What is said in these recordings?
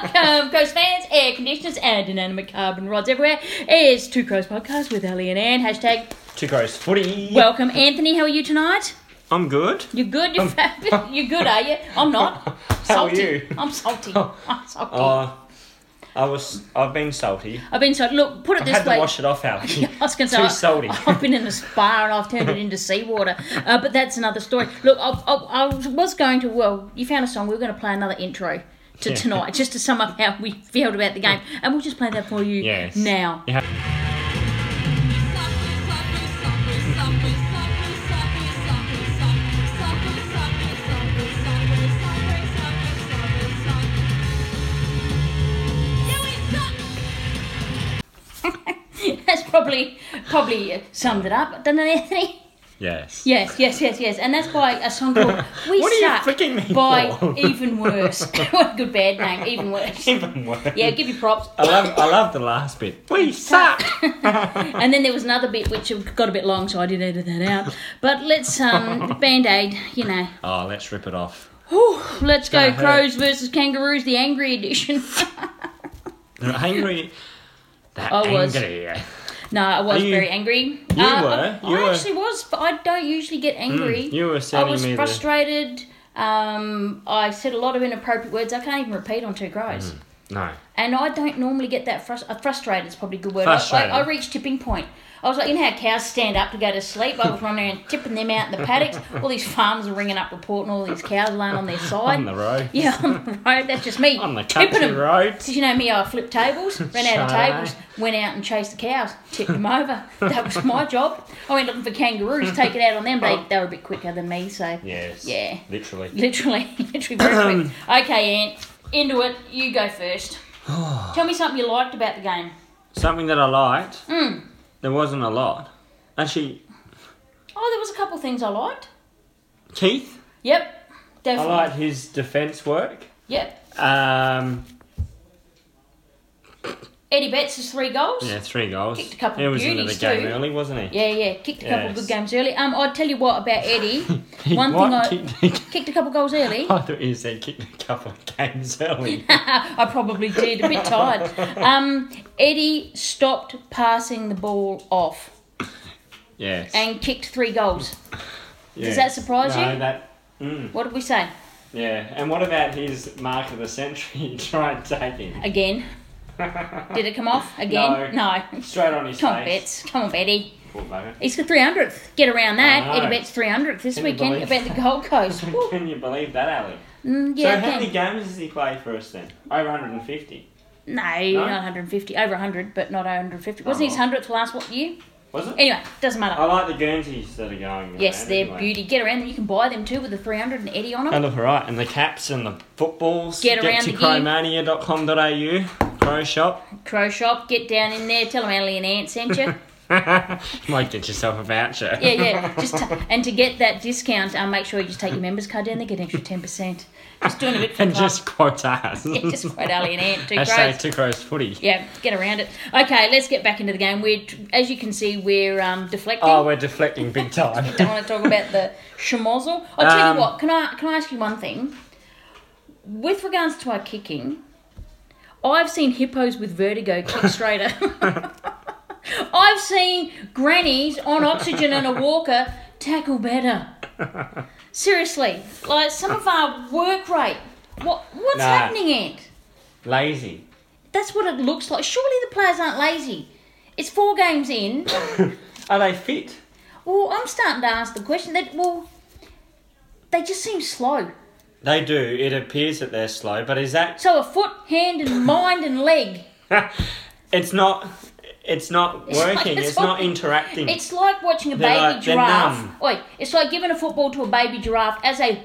Welcome, Coast Um, fans, air conditioners, and inanimate carbon rods everywhere. It's Two Crows Podcast with Ellie and Anne. Hashtag Two Crows Footy. welcome, Anthony. How are you tonight? I'm good. You're good. You're fab. You're good, are you? I'm not. Um, How are salty. you? Oh. I'm salty. I'm salty. Uh, I was. I've been salty. I've been so look. Put it I've this had way. to wash it off, Alfie. Yeah, I was going to say, Too I- salty. I've been in the spa and I've turned it into seawater. Uh, but that's another story. Look, I, I, I was going to, well, you found a song. We were going to play another intro to Yeah. tonight just to sum up how we felt about the game. And we'll just play that for you Yes. now. Yeah. That's probably probably summed it up, doesn't it, Anthony? Yes. Yes, yes, yes, yes. And that's by a song called We What are you Suck freaking me by for? Even Worse. what a good bad name, Even Worse. Even worse. Yeah, give you props. I love. I love the last bit. We suck. And then there was another bit which got a bit long, so I did edit that out. But let's um, band aid, you know. oh, let's rip it off. Whew, let's go Gonna hurt. crows versus kangaroos, the angry edition. They're angry. That I was. angry. no, I was Are you- very angry. Uh, you I- were, I, you were. Hmm, actually was, but I don't usually get angry. You were I sending was me the. frustrated. Um, I said a lot of inappropriate words. I can't even repeat on two Hmm. crows. No. And I don't normally get that frus- uh, frustrated. Is probably a good word. I- Frustrated. I, I reached tipping point. I was like, you know how cows stand up to go to sleep. I was running around tipping them out in the paddocks. All these farmers are ringing up reporting all these cows laying on their side. On the road. yeah, on the road. That's just me. On the tipping country them. road. Because you know me, I flipped tables, ran out of Shy. tables, went out and chased the cows, tipped them over. That was my job. I went looking for kangaroos, take it out on them. Oh. They, they were a bit quicker than me, so Yes. Yeah. Literally. literally, literally very quick. Okay, Ant, into it. You go first. Tell me something you liked about the game. Something that I liked. Mm. There wasn't a lot. Actually, Oh, there was a couple things I liked. Keith. Yep, I definitely. liked his defence work. Yep. Um, Eddie Betts has three goals. yeah, three goals. Kicked a couple He was into the beauties game too. early, wasn't he? Yeah, yeah, kicked a couple of Yes. good games early. Um, I'll tell you what about Eddie. One What? thing Kicked the- I kicked a couple goals early. I thought you said kicked a couple of games early. I probably did. A bit tired. Um, Eddie stopped passing the ball off yes. and kicked three goals. Yes. that surprise no, you? That, mm, What did we say? yeah. And what about his mark of the century? Try and take him Again. Did it come off? Again? No. straight on his Come on, face. Betts. Come on, Betty. Poor bugger. He's got 300th. Get around I that. know. Eddie Betts 300th this Can you weekend believe about the Gold Coast. Woo. Can you believe that, Ali? Mm, yeah, so I how can. many games does he play for us then? Over 150, No, not 150. Over 100, but not 150. Wasn't his Oh. 100th last what year? was it? Anyway, doesn't matter. I like the Guernseys that are going. yes, around they're anyway. beauty. Get around them. You can buy them too with the 300 and Eddie on them. They look alright, and the caps and the footballs. Get around the to gear. crowmania.com.au, crow shop. Crow shop, get down in there, tell them Ellie and Ant sent you. you might get yourself a voucher. Yeah, yeah. Just t- and to get that discount, um, make sure you just take your members card down. They get an extra ten percent. Just doing a bit for And the club. just quote us. yeah, just quite Ali and Ant, two Hashtag crows. two crows footy. yeah, get around it. Okay, let's get back into the game. We're, as you can see, we're um, deflecting. Oh, we're deflecting big time. Don't want to talk about the schmozzle. I tell Um, you what. Can I can I ask you one thing? With regards to our kicking, I've seen hippos with vertigo kick straighter. I've seen grannies on oxygen and a walker tackle better. Seriously, like some of our work rate. What what's Nah. happening, Ant? Lazy. That's what it looks like. Surely the players aren't lazy. It's four games in. Are they fit? Well, I'm starting to ask the question that well, they just seem slow. They do. It appears that they're slow, but is that? So a foot, hand, and mind and leg. it's not. It's not It's like working. It's, it's not all- interacting. It's like watching a They're baby like- they're numb. giraffe. Wait, it's like giving a football to a baby giraffe as they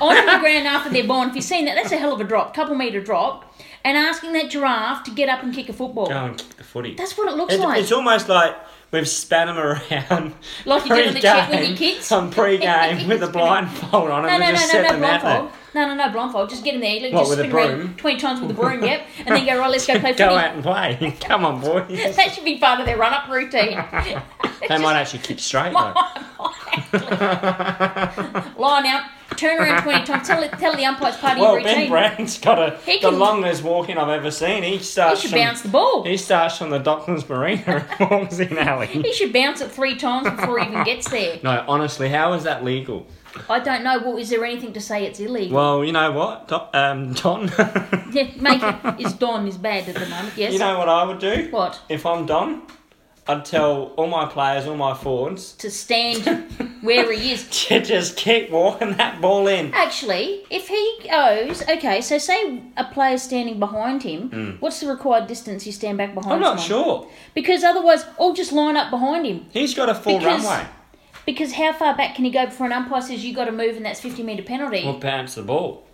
on the ground after they're born. If you've seen that, that's a hell of a drop, couple meter drop, and asking that giraffe to get up and kick a football. Go and kick the footy. That's what it looks It- like. It's almost like we've span them around. Like you did on the check with your pre-game- kids? On pre-game with a blindfold on no, them no, and no, just no, set no, them out there. blindfold. No, no, no, blindfold. Just get in there. Like, What, just with a spin around broom? 20 times with a broom, yep. And then go, right, let's go play Go footy. out and play. Come on, boys. That should be part of their run up routine. They might actually kick straight though. Line out, turn around 20 times. Tell, it- tell the umpire's part of Well, your routine. Ben Brown's got a, He the can- longest walk-in I've ever seen. He he starts should from, bounce the ball. He starts from the Docklands Marina and walks in alley. He should bounce it three times before he even gets there. No, honestly, how is that legal? I don't know. Well, is there anything to say it's illegal? Well, you know what, Do- um, Don? yeah, make it is Don is bad at the moment. Yes. you know what I would do? what? If I'm Don, I'd tell all my players, all my forwards, To stand where he is. to just keep walking that ball in. Actually, if he goes, okay, so say a player's standing behind him, what's the required distance you stand back behind Hmm. I'm not someone? sure. Because otherwise, I'll just line up behind him. He's got a full Because- runway. Because how far back can he go before an umpire says you got to move and that's 50 metre penalty? We'll bounce the ball.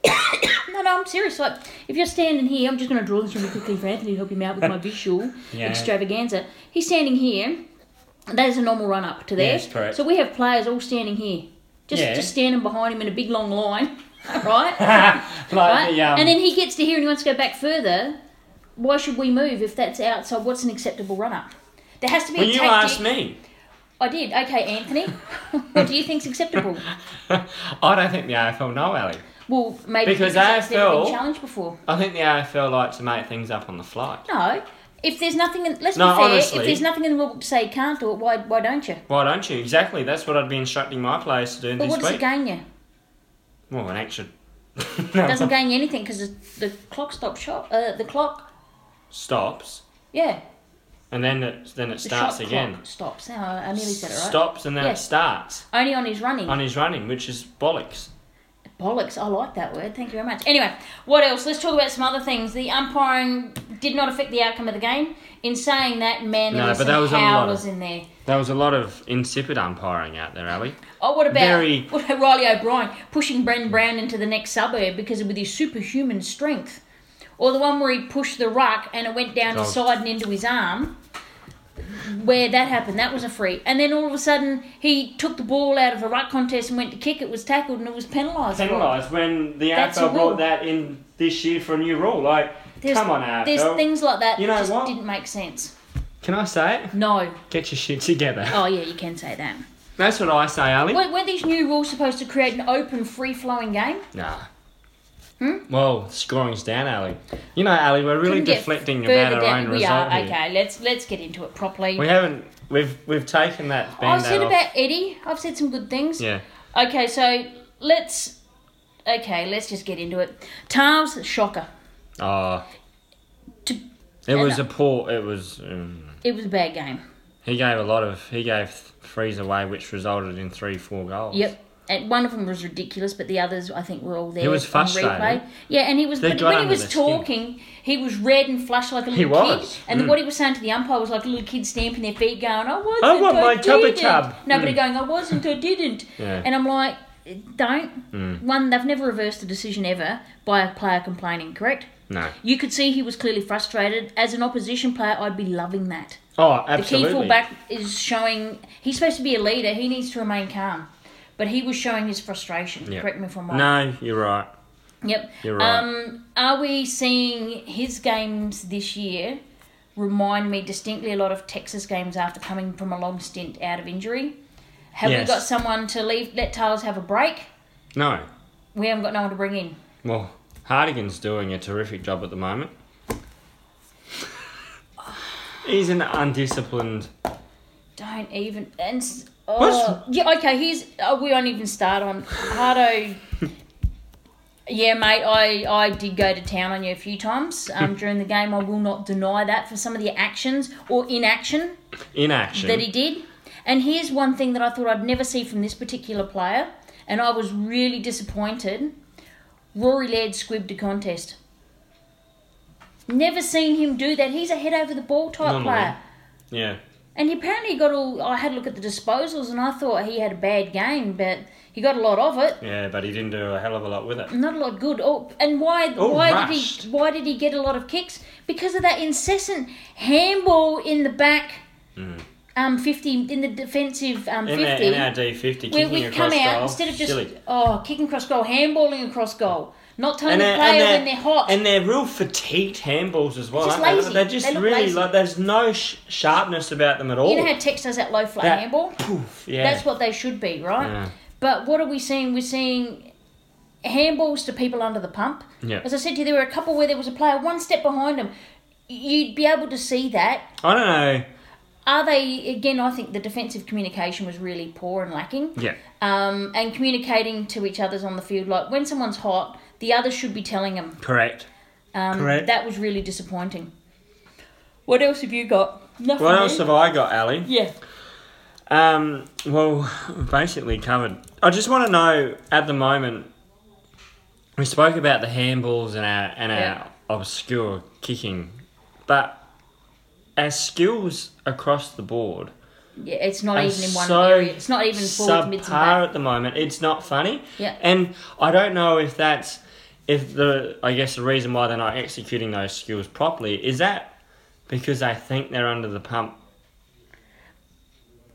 No, no, I'm serious. Like, if you're standing here, I'm just going to draw this really quickly for Anthony to help him out with my visual Yeah. extravaganza. He's standing here. That is a normal run up to there. Yes, correct. So we have players all standing here. Just, Yeah. just standing behind him in a big long line, right? like right? the, um, and then he gets to here and he wants to go back further. Why should we move if that's outside? What's an acceptable run up? There has to be when a you tactic. asked me, I did. Okay, Anthony. what do you think's acceptable? I don't think the AFL know, Ali. Well, maybe Because that's never AFL been challenged before. I think the AFL like to make things up on the fly. No. If there's nothing, in, let's No, be fair. honestly. If there's nothing in the rule book to say you can't do it, why why don't you? Why don't you? Exactly. That's what I'd be instructing my players to do But this what does it week. gain you? Well, an action. It doesn't gain you anything because the clock stops shot. Uh, the clock, stops, yeah, and then it then it the starts shot again. clock stops. Now I I nearly said it right. Stops and then Yeah. it starts Only on his running. on his running, which is bollocks. Bollocks. I like that word. Thank you very much. Anyway, what else? Let's talk about some other things. The umpiring did not affect the outcome of the game. In saying that, man, there No, was but some that was on a lot of- howlers in there. There was a lot of insipid umpiring out there, Ali. Oh, what about Very- what about Riley O'Brien pushing Brendan Brown into the next suburb because with his superhuman strength, or the one where he pushed the ruck and it went down Oh. his side and into his arm, where that happened, that was a free. And then all of a sudden, he took the ball out of a ruck contest and went to kick. It was tackled and it was penalised. for it. Penalised when the That's a AFL rule. brought that in this year for a new rule. Like, There's- come on, AFL. There's things like that You that know just what? didn't make sense. Can I say it? No. Get your shit together. Oh yeah, you can say that. That's what I say, Ali. Were- Weren't these new rules supposed to create an open, free-flowing game? Nah. Well, scoring's down, Ali. You know, Ali, we're really Hmm? Couldn't get deflecting further about our down- own we result are here. okay. Let's let's get into it properly. We haven't. We've we've taken that I've band said aid off. about Eddie. I've said some good things. Yeah. Okay, so let's. Okay, let's just get into it. Tarves shocker. Oh. To- It was a poor. It was. Um, It was a bad game. he gave a lot of. He gave threes away, which resulted in three, four goals. Yep. And one of them was ridiculous, but the others I think were all there. was on frustrated. replay. Yeah, and he was They but got when he under was their skin. talking, he was red and flushed like a little He was. Mm. kid. And what he was saying to the umpire was like a little kid stamping their feet, going, "I wasn't, I want my didn't." tubby tub. Mm. Nobody going, "I wasn't, I didn't." Yeah. Mm. And I'm like, "Don't." One, they've never reversed a decision ever by a player complaining. Correct. No. You could see he was clearly frustrated. As an opposition player, I'd be loving that. Oh, The key absolutely. fullback is showing he's supposed to be a leader. He needs to remain calm, but he was showing his frustration. Yep. Correct me if I'm wrong. No, you're right. Yep. You're right. Um, are we seeing his games this year remind me distinctly a lot of Texas games after coming from a long stint out of injury? Have Yes. we got someone to leave? Let Tails have a break. No. We haven't got no one to bring in. Well, Hardigan's doing a terrific job at the moment. He's an undisciplined. Don't even and s- What's- oh yeah okay. Here's oh, we won't even start on Hardo. yeah, mate, I I did go to town on you a few times um, during the game. I will not deny that for some of the actions or inaction Inaction. that he did. And here's one thing that I thought I'd never see from this particular player, and I was really disappointed. Rory Laird squibbed a contest. Never seen him do that. He's a head over the ball type Normally. player. yeah. And he apparently got all. I had a look at the disposals and I thought he had a bad game, but he got a lot of it. Yeah, but he didn't do a hell of a lot with it. Not a lot good. Oh, and why? All why rushed. did he? Why did he get a lot of kicks? Because of that incessant handball in the back. Um, fifty in the defensive um, Hmm. In fifty. our, in our D50, we, kicking we across come out goal, instead of just silly. oh kicking across goal, handballing across goal, not telling and the they're, player and they're, when they're hot. And they're real fatigued handballs as well. Just aren't lazy. They? They're just They look really lazy. like there's no sh- sharpness about them at all. you know how Tex does that low flat oh. That- handball. Poof, yeah. That's what they should be, right? Yeah. But what are we seeing? We're seeing handballs to people under the pump. Yeah. As I said to you, there were a couple where there was a player one step behind him. You'd be able to see that I don't know. are they again i think the defensive communication was really poor and lacking Yeah. um, and communicating to each other's on the field like when someone's hot the other should be telling them Correct. um, Correct. that was really disappointing what else have you got nothing What eh? else have I got, Ali? yeah Um, well, basically covered. I just want to know at the moment. We spoke about the handballs and our and our Yeah. obscure kicking, but our skills across the board yeah it's not are even in one so area it's not even forwards mids and subpar back at the moment. It's not funny. Yeah. And I don't know if that's if the I guess the reason why they're not executing those skills properly is that because they think they're under the pump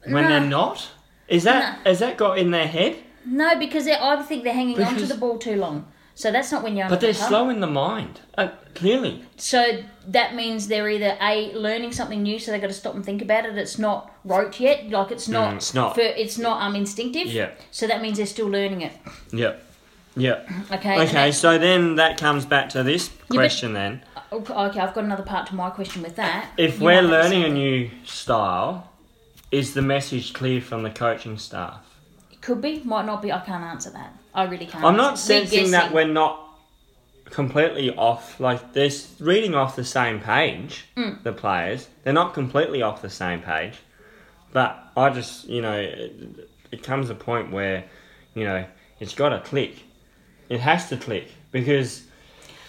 when they're Nah. not. Is that has that got in their head? no because they're- i think they're hanging onto Because- the ball too long so that's not when you're But under they're the pump. slow in the mind. Uh, clearly, So that means they're either a learning something new, so they got to stop and think about it. It's not rote yet, like it's not. Mm, it's not. For, it's not um instinctive. Yeah. So that means they're still learning it. yep, yep. Okay. and Okay, so then that comes back to this but- question. then, that- okay. oh, okay, I've got another part to my question with that. if You we're might have to say- learning a new style, is the message clear from the coaching staff? it could be, might not be. I can't answer that. I really can't. I'm answer. not We're sensing that guessing. we're not completely off. Like they're s- reading off the same page. Hmm. The players they're not completely off the same page, but I just you know it, it comes a point where you know it's got to click. It has to click because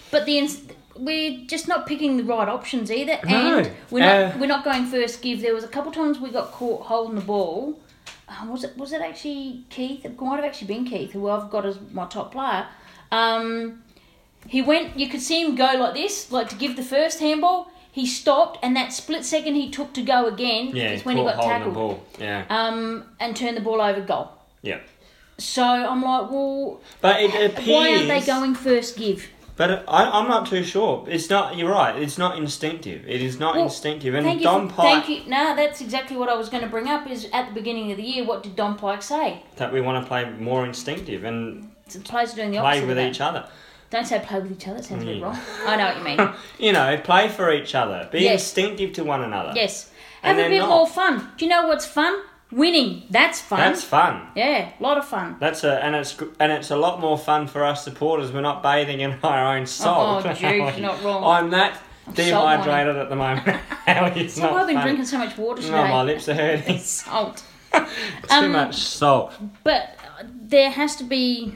But the ins- we're just not picking the right options either, No, and we're not uh, we're not going first give. There was a couple times we got caught holding the ball. Um, was it was it actually Keith? It might have actually been Keith, who I've got as my top player. Um, he went. You could see him go like this, like to give the first handball. He stopped, and that split second he took to go again yeah, is when he got caught holding tackled the ball. Yeah, Um, and turned the ball over goal. yeah. So I'm like, well, But it appears. why aren't they going first give? But I, I'm not too sure. It's not. You're right. It's not instinctive. It is not Well, instinctive. And Thank you. Don for- Pike Thank you. No, that's exactly what I was going to bring up. Is at the beginning of the year, what did Don Pike say? that we want to play more instinctive and The players are doing the opposite. play with of that. each other. Mm. Don't say play with each other. It sounds a bit Yeah. wrong. I know what you mean. you know, play for each other. Be Yes. instinctive to one another. Yes. Have And a they're bit not. more fun. Do you know what's fun? Winning. That's fun. That's fun. yeah, a lot of fun. That's a and it's gr- and it's a lot more fun for us supporters. We're not bathing in our own salt. oh, Jude, you're not wrong. I'm that dehydrated mining. at the moment. Ali, it's So not I've been fun. drinking so much water today. Um, No, my lips are hurting. Salt. Too much salt. But uh, there has to be.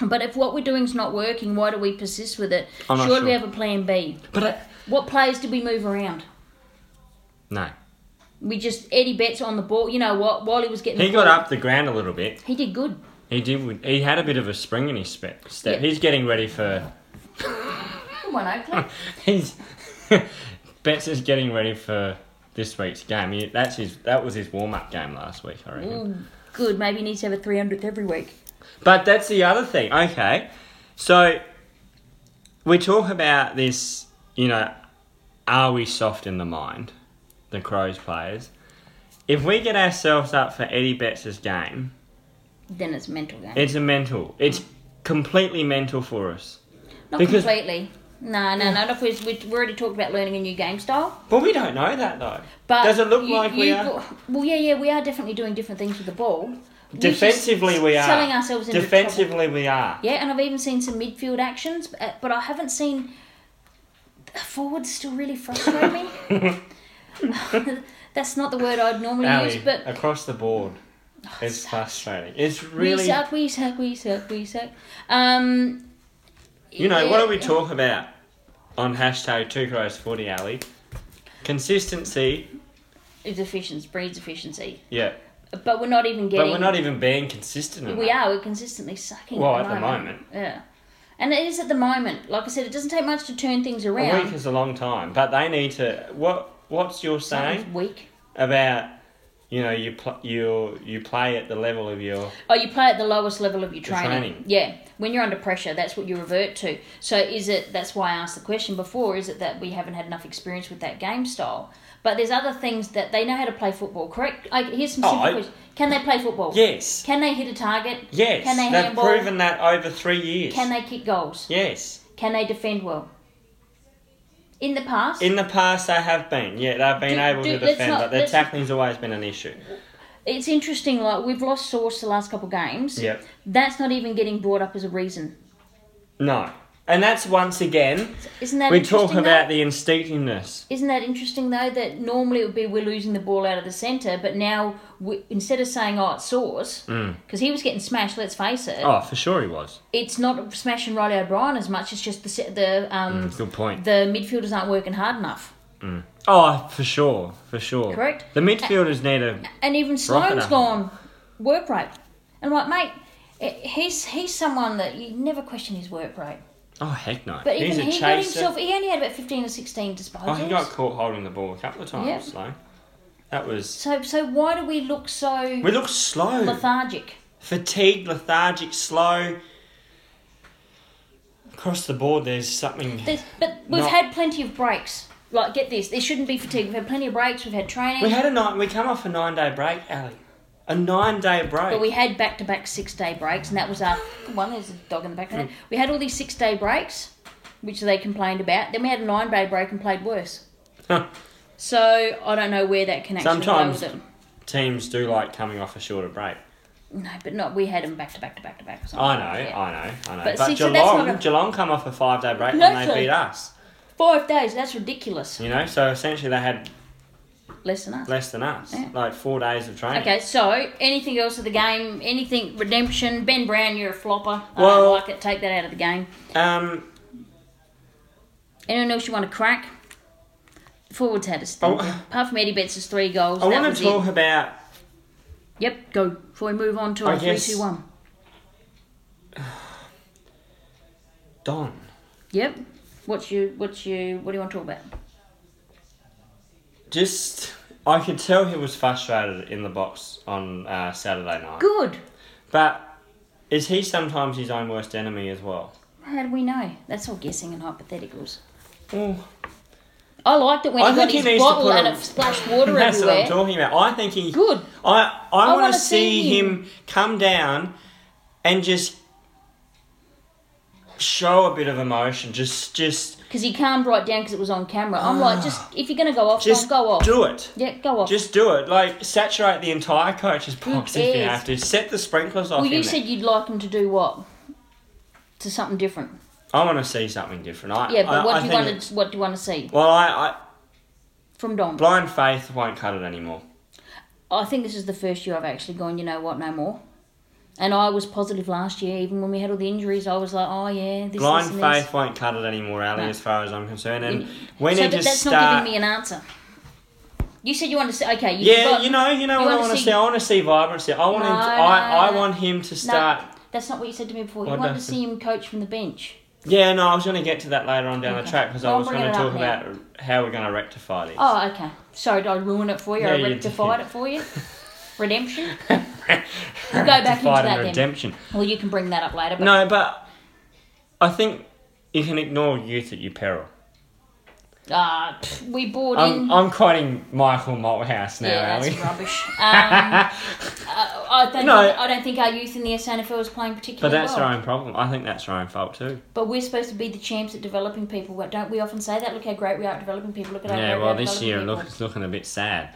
But if what we're doing is not working, why do we persist with it? I'm not Surely we sure. have a plan B. But uh, I, What players did we move around? no, We just Eddie Betts on the ball. You know what? While he was getting, he the got ball, up the ground a little bit. He did good. He did. He had a bit of a spring in his step. step. Yeah. He's getting ready for. Good one, Oakley. He's. Betts is getting ready for this week's game. He- That's his. That was his warm up game last week. I reckon. Ooh, good. Maybe he needs to have a three hundredth every week. But that's the other thing. Okay. So we talk about this, you know, are we soft in the mind? The Crows players. If we get ourselves up for Eddie Betts' game, Then it's mental game. it's a mental. It's completely mental for us. not because- Hmm. completely. No, no, no. Not if we, we already talked about learning a new game style. But we don't know that though. But Does it look you- like we you are? go- Well, yeah, yeah. We are definitely doing different things with the ball. which is Defensively we are. selling ourselves into trouble. Defensively we are. Yeah, and I've even seen some midfield actions, but, uh, but I haven't seen forwards still really frustrate me. That's not the word I'd normally Ali, use, but Oh, across the board. It's frustrating. It's really we suck, we suck, we suck, we suck. Um, You know, what do we talk about on hashtag two crows forty alley? Consistency, It's efficiency, breeds efficiency, yeah. but we're not even But getting. we're not even being consistent enough. We are. We're consistently sucking. Well, at the, moment. Yeah, and it is at the moment. Like I said, it doesn't take much to turn things A week around. is a long time. But they need to what what's your saying Something's weak. about you know you pl- you you play at the level of your Oh, you play at the lowest level of your Your training. training. Yeah, when you're under pressure, that's what you revert to. So is it? That's why I asked the question before. Is it that we haven't had enough experience with that game style? But there's other things that they know how to play football. Correct? Like here's some Oh, simple I- questions. Can they play football? yes Can they hit a target? yes Can they they've handball? proven that over three years Can they kick goals? yes Can they defend well? In the past, in the past they have been yeah they've been Do- able do- to let's defend not- but their let's- tackling's always been an issue it's interesting. Like we've lost source the last couple of games. Yep. That's not even getting brought up as a reason. no and that's once again Isn't that we interesting? talk though? about the instinctiveness Isn't that interesting though? That normally it would be we're losing the ball out of the centre, but now we, instead of saying oh it's Source because he was getting smashed. Let's face it, Hmm. oh for sure he was it's not smashing Riley O'Brien as much. It's just the se- the um, good point the midfielders aren't working hard enough. oh for sure for sure Correct. the midfielders need a And even Sloane's up. gone work rate. And I'm like, mate, it, he's he's someone that you never question his work rate. oh heck no But he's even a he got chaser himself. He only had about fifteen or sixteen disposals. oh he got caught holding the ball a couple of times Yep. so that was so so why do we look so we look slow lethargic? fatigued, lethargic, slow. Across the board, there's something. There's, but we've Not- had plenty of breaks. Like, get this, there shouldn't be fatigue. We've had plenty of breaks. We've had training, We had a nine. We come off a nine-day break, Ali. A nine-day break. but we had back-to-back six-day breaks, and that was our one. There's a dog in the background. Hmm. We had all these six-day breaks, which they complained about. Then we had a nine-day break and played worse. So I don't know where that connection Sometimes- lie with them. Teams do like coming off a shorter break. No, but not. We had them back to back to back to back. or something I like know, that. I know, I know. But, But see, so that's Geelong, not a- Geelong come off a five-day break No, and sir. they beat us. Five days. That's ridiculous. You know, so essentially they had Less than us. less than us, Yeah. like four days of training. Okay, so anything else of the game? Anything redemption? Ben Brown, you're a flopper. I Well- don't like it. Take that out of the game. Um, Anyone else you want to crack? Forwards had a stint. Oh. Apart from Eddie Betts' three goals. I that want was to it. talk about Yep, go. Before we move on to I our three, guess- two, one. Don. Yep. What's you? What's you? What do you want to talk about? Just, I could tell he was frustrated in the box on uh, Saturday night. Good. But is he sometimes his own worst enemy as well? How do we know? That's all guessing and hypotheticals. Well, I liked it when I he got think he his needs to bottle put and a- it splashed water that's what I'm everywhere. talking about. I think he. Good. I I, I want wanna to see see him come down and just show a bit of emotion. Just just Because he calmed right down because it was on camera. I'm like, just if you're gonna go off, just don't go off. do it. yeah, go off. Just do it. Like saturate the entire coach's box if you cares? have to. Set the sprinklers off. well, you in there. said you'd like him to do what? To something different. I want to see something different. I, Yeah, but I, what I do you think want it's- to? What do you want to see Well, I, I from Dom? blind faith won't cut it anymore. I think this is the first year I've actually gone, you know what, no more. And I was positive last year, even when we had all the injuries, I was like, oh yeah, this Blind this, and faith won't cut it anymore, Ali, No. as far as I'm concerned. And This. we so need that- to that's not start. giving me an answer. You said you want to see, okay, you yeah, forgot- you know, you know what I wanna want to see- see. I want to see vibrancy. I want him. No, To, no, I, I no. want him to No, start. that's not what you said to me before. You What wanted to does it- see him coach from the bench. Yeah, no, I was going to get to that later on down Okay. the track because Well, I was bring going it to up talk now. about how we're going to rectify this. Oh, okay. Sorry, did I ruin it for you? Yeah, I you did. rectified it for you? Redemption? We'll go back into Rectified and that then. redemption. Well, you can bring that up later. But No, but I think you can ignore youth at your peril. Ah, pff, we bought in. I'm, I'm quoting Michael Malthouse now, Yeah, Ali. that's rubbish. Um, uh, I, don't No. think, I don't think our youth in the SNFL is playing But particularly that's well. our own problem. I think that's our own fault too. But we're supposed to be the champs at developing people. What- Don't we often say that? Look how great we are at developing people. Look at how Yeah, great we well, are at this developing year people. look, it's looking a bit sad.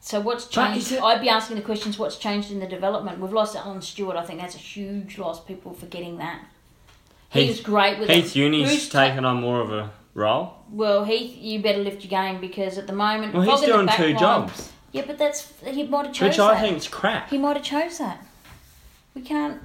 So what's But changed? is it- I'd be asking the questions. What's changed in the development? We've lost Alan Stewart. I think that's a huge loss. People forgetting that. He Heath- was great with Heath it. Uni's Bruce- taken on more of a role. Well, Heath, you better lift your game because at the moment, Well, he's Fogg in the doing back two line- jobs, Yeah, but that's he might have chose which I that. think's crap. He might have chose that. We can't,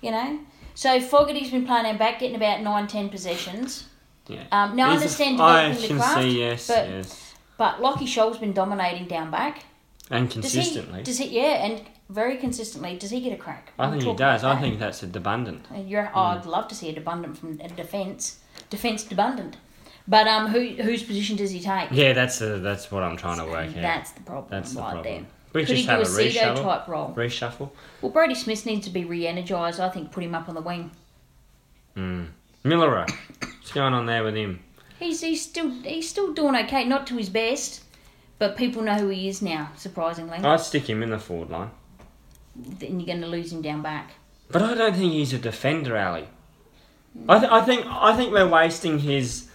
you know. So Fogarty's been playing our back, getting about nine, ten possessions. Yeah. Um, now I He's- understand I developing the can craft, see yes, but- yes, But Lockie Scholl's been dominating down back. and Does consistently. he? Does he? Yeah, and very consistently. Does he get a crack? I We'll think he talk about does. I Hmm. that. think that's abundant. And You're, oh, I'd love to see it abundant from defence. Defence abundant. But um, who whose position does he take? Yeah, that's uh that's what I'm trying to work out. That's the problem That's the right problem. there. We Could he just do a have a pseudo reshuffle. type role? Reshuffle. Well, Brody Smith needs to be re energised. I think put him up on the wing. Millero. What's going on there with him? He's he's still he's still doing okay, not to his best, but people know who he is now. Surprisingly, I'd stick him in the forward line. then you're going to lose him down back. But I don't think he's a defender, Ali. I, th- I think I think we're wasting his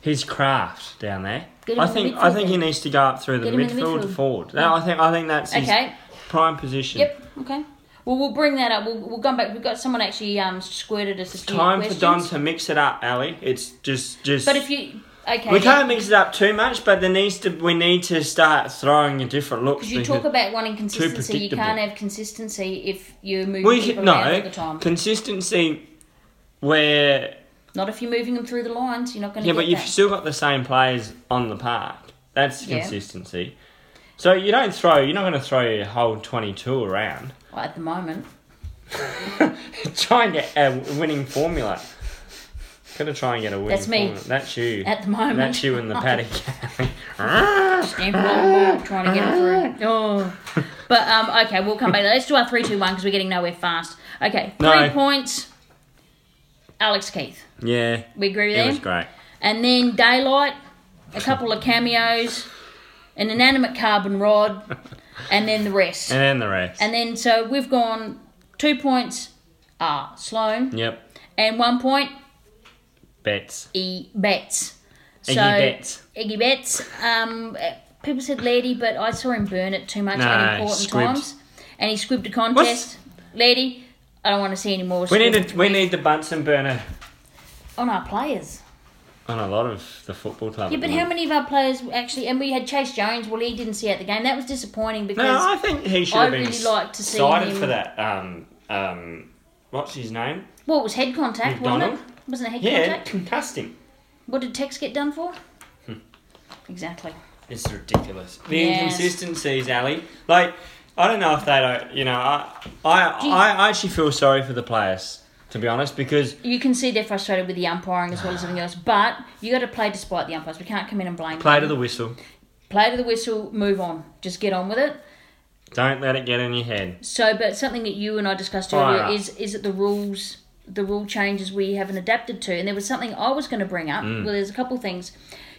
his craft down there. Get him I in the think I midfield think he then. needs to go up through the Get him in the midfield midfield. forward. No, I think I think that's his Okay. prime position. Yep. Okay. Well, we'll bring that up. We'll we'll come back. We've got someone actually um squirted us a few Time questions. for Don to mix it up, Ali. It's just just But if you okay, we can't mix it up too much, but there needs to we need to start throwing a different look. because you talk about wanting consistency, you predictable. can't have consistency if you're moving we people can, around all no the time. consistency where Not if you're moving them through the lines. You're not going to Yeah, get but you've that. still got the same players on the park. That's Yeah. consistency. So you don't throw. You're not going to throw your whole twenty-two around. Well, at the moment. try and get a winning formula. Gonna try and get a winning. That's me. Formula. That's you. At the moment. That's you in the paddock. Damn wrong ball, trying to get it through. Oh. But um, okay, we'll come back. Let's do our three, two, one because we're getting nowhere fast. Okay, three No. points. Alex Keith, yeah, we agree it there. was great. And then daylight, a couple of cameos, an inanimate carbon rod, and then the rest. And then the rest. And then so we've gone two points. Ah, Sloan, yep, and one point. bets. Iggy Betts. So, Iggy Betts. Iggy Betts. Um, uh, people said Lady, but I saw him burn it too much No, at important squibbed. times, and he squibbed a contest. Lady, I don't want to see any more. We need squibbed a, we need the Bunsen burner on our players. on a lot of the football club. Yeah, at but the how moment. many of our players actually? And we had Chase Jones. Well, he didn't see out the game. That was disappointing because No, I think he should I have been really like to see cited him- for that. Um, um, what's his name? well, it was head contact, wasn't McDonald? it? Wasn't it head Yeah, contact? concussed him. What did Tex get done for? Exactly. It's ridiculous. The Yes. inconsistencies, Ali. Like, I don't know if they don't. You know, I, I, Do you- I, I actually feel sorry for the players, to be honest, because You can see they're frustrated with the umpiring as well as everything else, but you got to play despite the umpires. We can't come in and blame. play them. to the whistle. play to the whistle, move on, just get on with it. Don't let it get in your head. So, but something that you and I discussed Fire earlier up. is is it the rules, the rule changes we haven't adapted to, and there was something I was going to bring up. Hmm. Well, there's a couple things.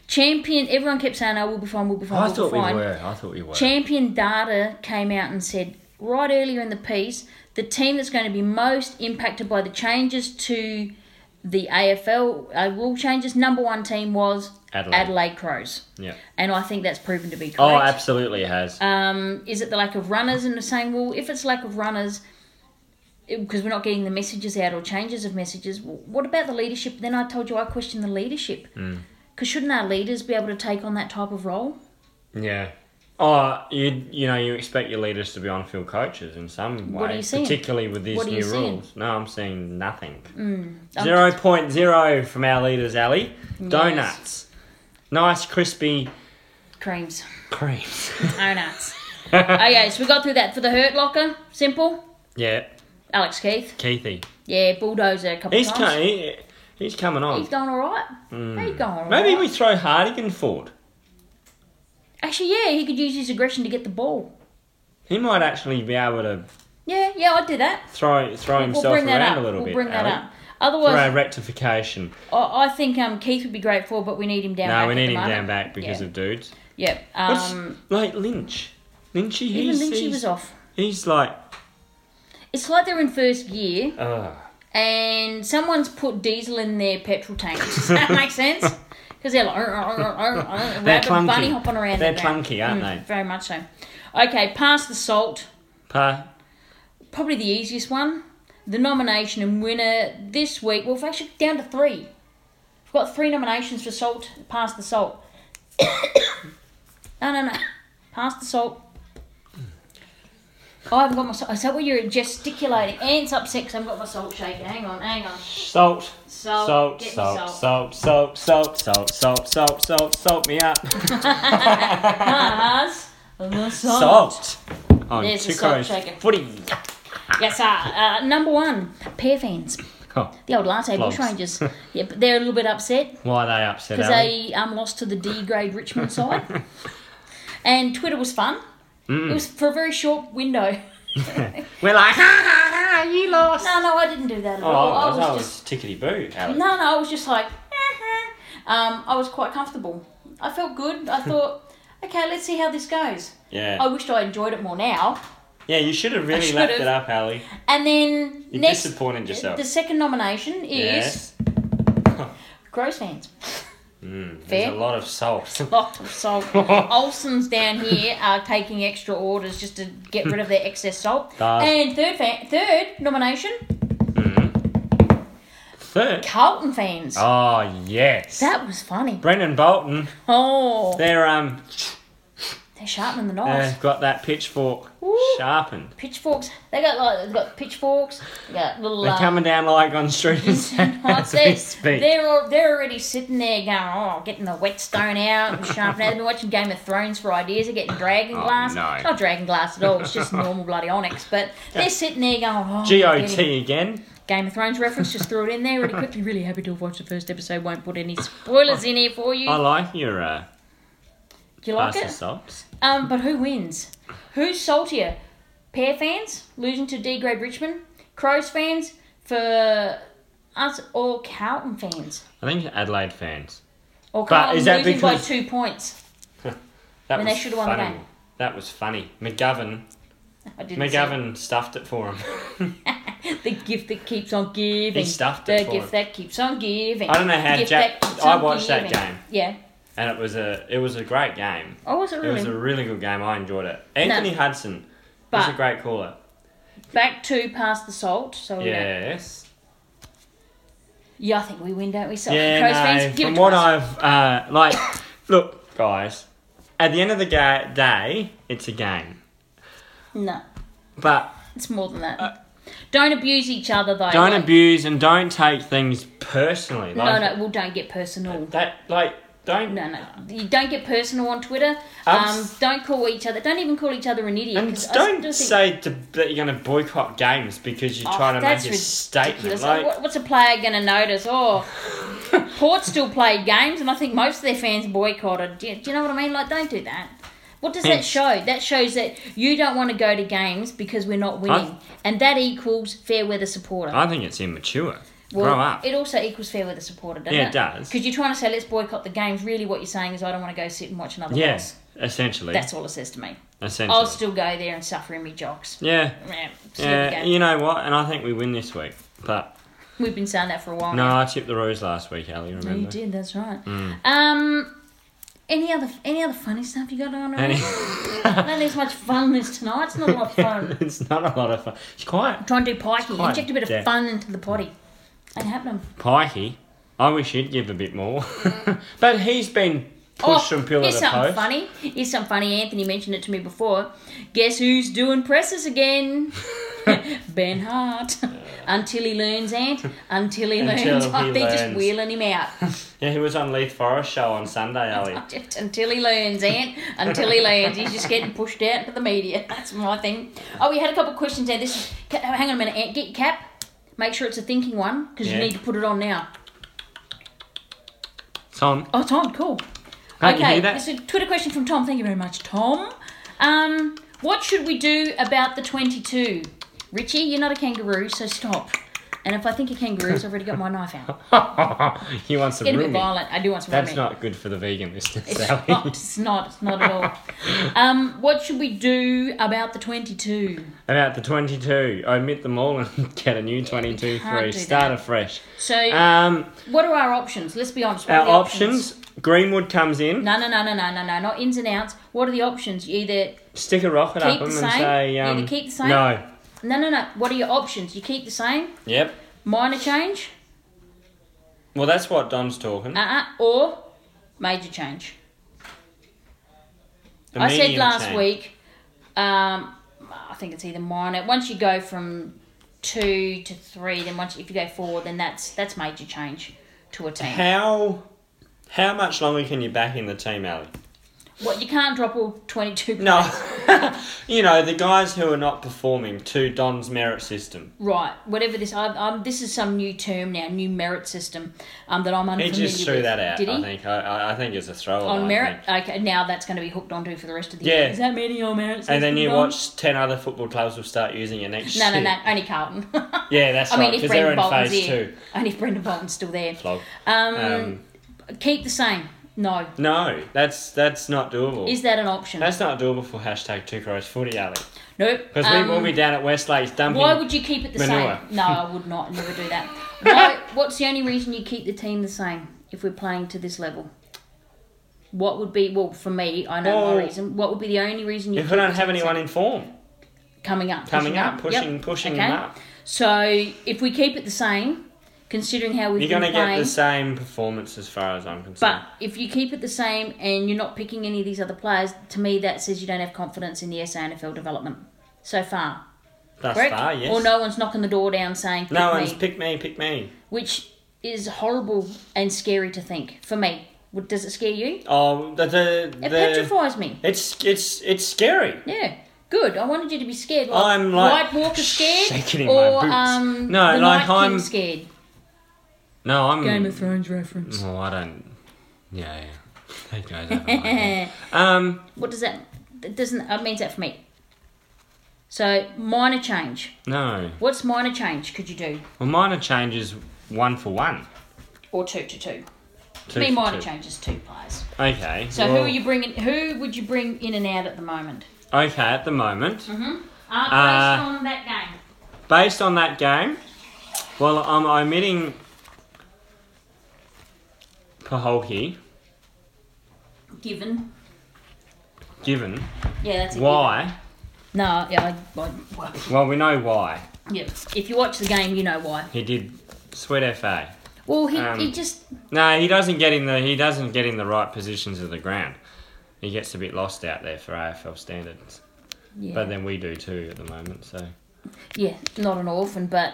Champion, everyone kept saying, "Oh, we'll be fine, we'll be fine, I we'll thought be we fine." were. I thought we were. Champion data came out and said right earlier in the piece the team that's going to be most impacted by the changes to the AFL uh, rule changes, number one team was Adelaide. Crows, yeah. and I think that's proven to be correct. Oh, absolutely it has. Um, is it the lack of runners? And the same, well, if it's lack of runners, because we're not getting the messages out or changes of messages, well, what about the leadership? Then I told you I question the leadership. Hmm. Because shouldn't our leaders be able to take on that type of role? yeah. Oh, you you know you expect your leaders to be on-field coaches in some What are you way, seeing? particularly with these What are you new seeing? Mm, rules. No, I'm seeing nothing. I'm Zero point zero from our leaders, Ali. Donuts, nice crispy Creams. creams. Donuts. okay, Oh, so we got through that for the Hurt Locker. Simple. yeah, Alex Keith. Keithy. Yeah, bulldozer a couple He's times. co- he, he's coming on. He's going all right. He's going all Maybe right. we throw Hardigan forward. Actually, yeah, he could use his aggression to get the ball. He might actually be able to Yeah, yeah, I'd do that. throw throw We'll himself bring that around up. a little we'll bit. bring that Ali. up. For Otherwise, our rectification. I, I think um, Keith would be great for, but we need him down. No, back we at need the him moment. down back because Yeah. of dudes. Yep. What's, Um, like Lynch. Lynchy, even he's, Lynchy he's, was off. he's like, uh, It's like they're in first gear ugh. and someone's put diesel in their petrol tanks. Does that make sense? Because they're like, "Oh, "Arr, arr, arr, arr, arr," They're rabbit clunky. bunny hopping around. They're in there. Mm, clunky, aren't they? Very much so. Okay, pass the salt. Pa, Probably the easiest one. The nomination and winner this week. Well, we're actually down to three. We've got three nominations for salt. Pass the salt. no, no, no. Pass the salt. I haven't got my salt. Is that what you're gesticulating? Ants upset because I haven't got my salt shaken. Hang on, hang on. salt. Salt, Salt, get me salt, salt. salt, salt, salt, salt, salt, salt, salt, salt me up. Pass the Uh-huh. salt. Salt. On There's the Tuco's salt shaker. footy. Yes, sir. Uh, number one, pear fans. Oh, The old latte Blogs. bushrangers. yeah, but they're a little bit upset. why are they upset, because Ali? they um, lost to the D grade Richmond side. and Twitter was fun. Mm. It was for a very short window. We're like, ha ha ha, you lost. No, no, I didn't do that at Oh, all. I was, I was just tickety boo, Alex. No, no, I was just like, um, I was quite comfortable. I felt good. I thought, okay, let's see how this goes. Yeah. I wished I enjoyed it more now. yeah, you should have really should lapped have. it up, Ali. And then You next, disappointed yourself. the second nomination is yes. gross hands. Hmm, There's Fair. a lot of salt. Lot of salt. Olson's down here are taking extra orders just to get rid of their excess salt. Does. And third, fan, third nomination, Third. Carlton fans. Oh, yes. That was funny. Brendan Bolton, Oh, they're, um, they're sharpening the knives. they've got that pitchfork Ooh. sharpened. Pitchforks. They got like they've got pitchforks. They got little. They're uh, coming down like on street and sound as we They're, speak. they're, al- they're already sitting there going, oh, getting the whetstone out and sharpening it. They've been watching Game of Thrones for ideas. They're getting dragon Oh, glass. no. It's not dragon glass at all. It's just normal bloody onyx. But they're sitting there going, oh, GOT getting- again. Game of Thrones reference. Just threw it in there really quickly. Really happy to have watched the first episode. Won't put any spoilers in here for I you. like your uh, Do you like pasta it? socks. Um, but who wins? Who's saltier? Pear fans losing to D grade Richmond. Crows fans for us or Carlton fans. I think Adelaide fans. Or But Carlton is that losing by because- two points. That When they was should've won the funny. game. That was funny. McGovern, I didn't McGovern stuffed it for him. see it. The gift that keeps on giving. He stuffed the it for gift him. that keeps on giving. I don't know how The gift Jack- that keeps I on watched that giving. game. Yeah. and it was a it was a great game. Oh, was it It really? was a really good game. I enjoyed it. Anthony Hudson was But- a great caller. Back two past the salt. So Oh, yeah. Yes. yeah, I think we win, don't we? So Yeah, Crows no, fans, give from it to what us. I've uh, like, look, guys, at the end of the ga- day, it's a game, No, but it's more than that. don't abuse each other though. don't like- abuse and don't take things personally. No, Like, no, well, don't get personal. That like don't. No, no, you don't get personal on Twitter. I'm Um, s- don't call each other. Don't even call each other an idiot. And 'cause I don't still think- say to, that you're going to boycott games because you're Oh, trying to make that's a ridiculous. statement. Like, What- What's a player going to notice? Oh, Port still played games, and I think most of their fans boycotted. Do you, do you know what I mean? Like, don't do that. What does that Hence- show? That shows that you don't want to go to games because we're not winning, and that equals fair weather supporter. I think it's immature. Well, Grow up. It also equals fair weather supporter, doesn't it? Yeah, it does. Because you're trying to say let's boycott the games. Really, what you're saying is I don't want to go sit and watch another Yes, loss. essentially. That's all it says to me. essentially. I'll still go there and suffer in me jocks. yeah. Yeah, so there Yeah, we go. you know what? And I think we win this week. But We've been saying that for a while now. no, I tipped the Rose last week, Ali. Remember? Oh, you did. That's right. Mm. Um, any other any other funny stuff you got on? around? And I don't think it's much fun this tonight. It's not a lot of fun. it's not a lot of fun. It's quite Try and do pikey. quite Inject a bit of dead. fun into the potty. Ain't happening. pikey. I wish he'd give a bit more. but he's been Oh, pushed from pillar here's to something post. funny. Here's something funny. Anthony mentioned it to me before. Guess who's doing presses again? ben Hart. until he learns Ant. Until he Until learns. he They're just learns. wheeling him out. Yeah, he was on Leith Forest show on Sunday, Ali. Just until he learns, Ant. Until he learns, he's just getting pushed out into the media. That's my thing. Oh, we had a couple of questions there. This is ca- hang on a minute, Ant. Get your cap. Make sure it's a thinking one because Yeah. you need to put it on now. Tom, Oh, Tom, cool. can't okay, you hear that? this is a Twitter question from Tom. Thank you very much, Tom. Um, what should we do about the twenty-two? Richie, you're not a kangaroo, so stop. And if I think you're kangaroos, I've already got my knife out. he wants some Get a bit roomie. violent. I do want some That's rubbing. not good for the vegan listeners, It's Ali. not. It's not. It's not at all. Um, what should we do about the twenty-two? About the 22, omit them all and get a new 22 can't free. do Start that. afresh. So, Um, what are our options? Let's be honest. What are our the options Greenwood comes in, No, no, no, no, no, no, no. Not ins and outs. What are the options? You either stick a rocket Keep up them the same? and say, You um, either keep the same? No. no, no, no. What are your options? You keep the same, Yep. minor change, Well, that's what Don's talking. uh, uh or major change. The I said medium last chain. week. Um, I think it's either minor. Once you go from two to three, then once if you go four, then that's that's major change to a team. How how much longer can you back in the team, Ali? What you can't drop all twenty two. No, you know the guys who are not performing to Don's merit system. Right. Whatever this. I, I'm, this is some new term now. New merit system. Um, that I'm He unfamiliar just threw with. that out. Did he? I think. I- I, I think it's a throwaway. on I merit. think. Okay, now that's going to be hooked onto for the rest of the Yeah. year. Is that many on merit? And then system, you Don? watch ten other football clubs will start using it next No, no, year. no. Only Carlton. Yeah, that's I right. mean, if Because they're Brendan in Bolton's phase here. two. Only if Brendan Bolton's still there. Flog. Um, Um, keep the same. No. no, that's that's not doable. Is that an option? that's not doable for hashtag two crows footy alley nope. because Um, we will be down at Westlake's dumping. Why would you keep it the manure. same? No, I would not. Never do that. Why, what's the only reason you keep the team the same if we're playing to this level? What would be well for me? I know Well- my reason. What would be the only reason you if keep we don't the have team the anyone same? in form coming up? coming pushing up, Yep. pushing pushing Okay. them up, So if we keep it the same, considering how we've you're been going to playing, get the same performance as far as I'm concerned. but if you keep it the same and you're not picking any of these other players, to me that says you don't have confidence in the SANFL development so far. Thus Correct? far, yes. Or no one's knocking the door down saying, "Pick No me," one's pick me, pick me. which is horrible and scary to think for me. What- Does it scare you? Oh, the the, It the petrifies me. it's it's it's scary. Yeah. Good. I wanted you to be scared. Like, I'm like White Walker scared, shaking in my or boots. um, No, the like, Night King I'm- Hmm. scared. No, I'm. Game of Thrones reference. Oh, I don't. Yeah, yeah. That goes over my head. Um, what does that that doesn't that means that for me so minor change no. what's minor change could you do Well, minor changes one for one. or two to two Two to me for minor two. changes two players Okay. so who well, are you bringing who would you bring in and out at the moment Okay, at the moment, uh, based Uh, on that game based on that game, well, I'm omitting Paholki, given given yeah that's a why. given. no yeah I, I, well, Well, we know why yeah if you watch the game you know why he did sweat FA. well he, Um, he just No, he doesn't get in the he doesn't get in the right positions of the ground. He gets a bit lost out there for AFL standards. yeah, But then we do too at the moment, so yeah not an orphan but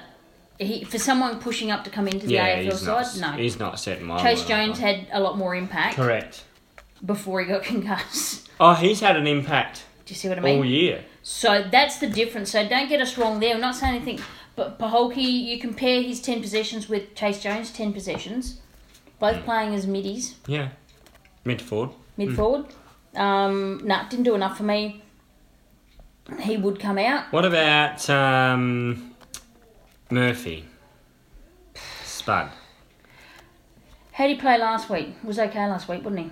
he for someone pushing up to come into the yeah, AFL he's not, side no he's not set my Chase world Jones on. had a lot more impact correct. before he got concussed Oh, he's had an impact Do you see what I mean? all year. So that's the difference. So don't get us wrong there. I'm not saying anything, but Paholke, you compare his ten possessions with Chase Jones' ten possessions, both Mm. playing as middies, Yeah, Midford. mid forward. Um, nah, didn't do enough for me. He would come out. What about um, Murphy? Spud. How did he play last week? Was okay last week, wasn't he?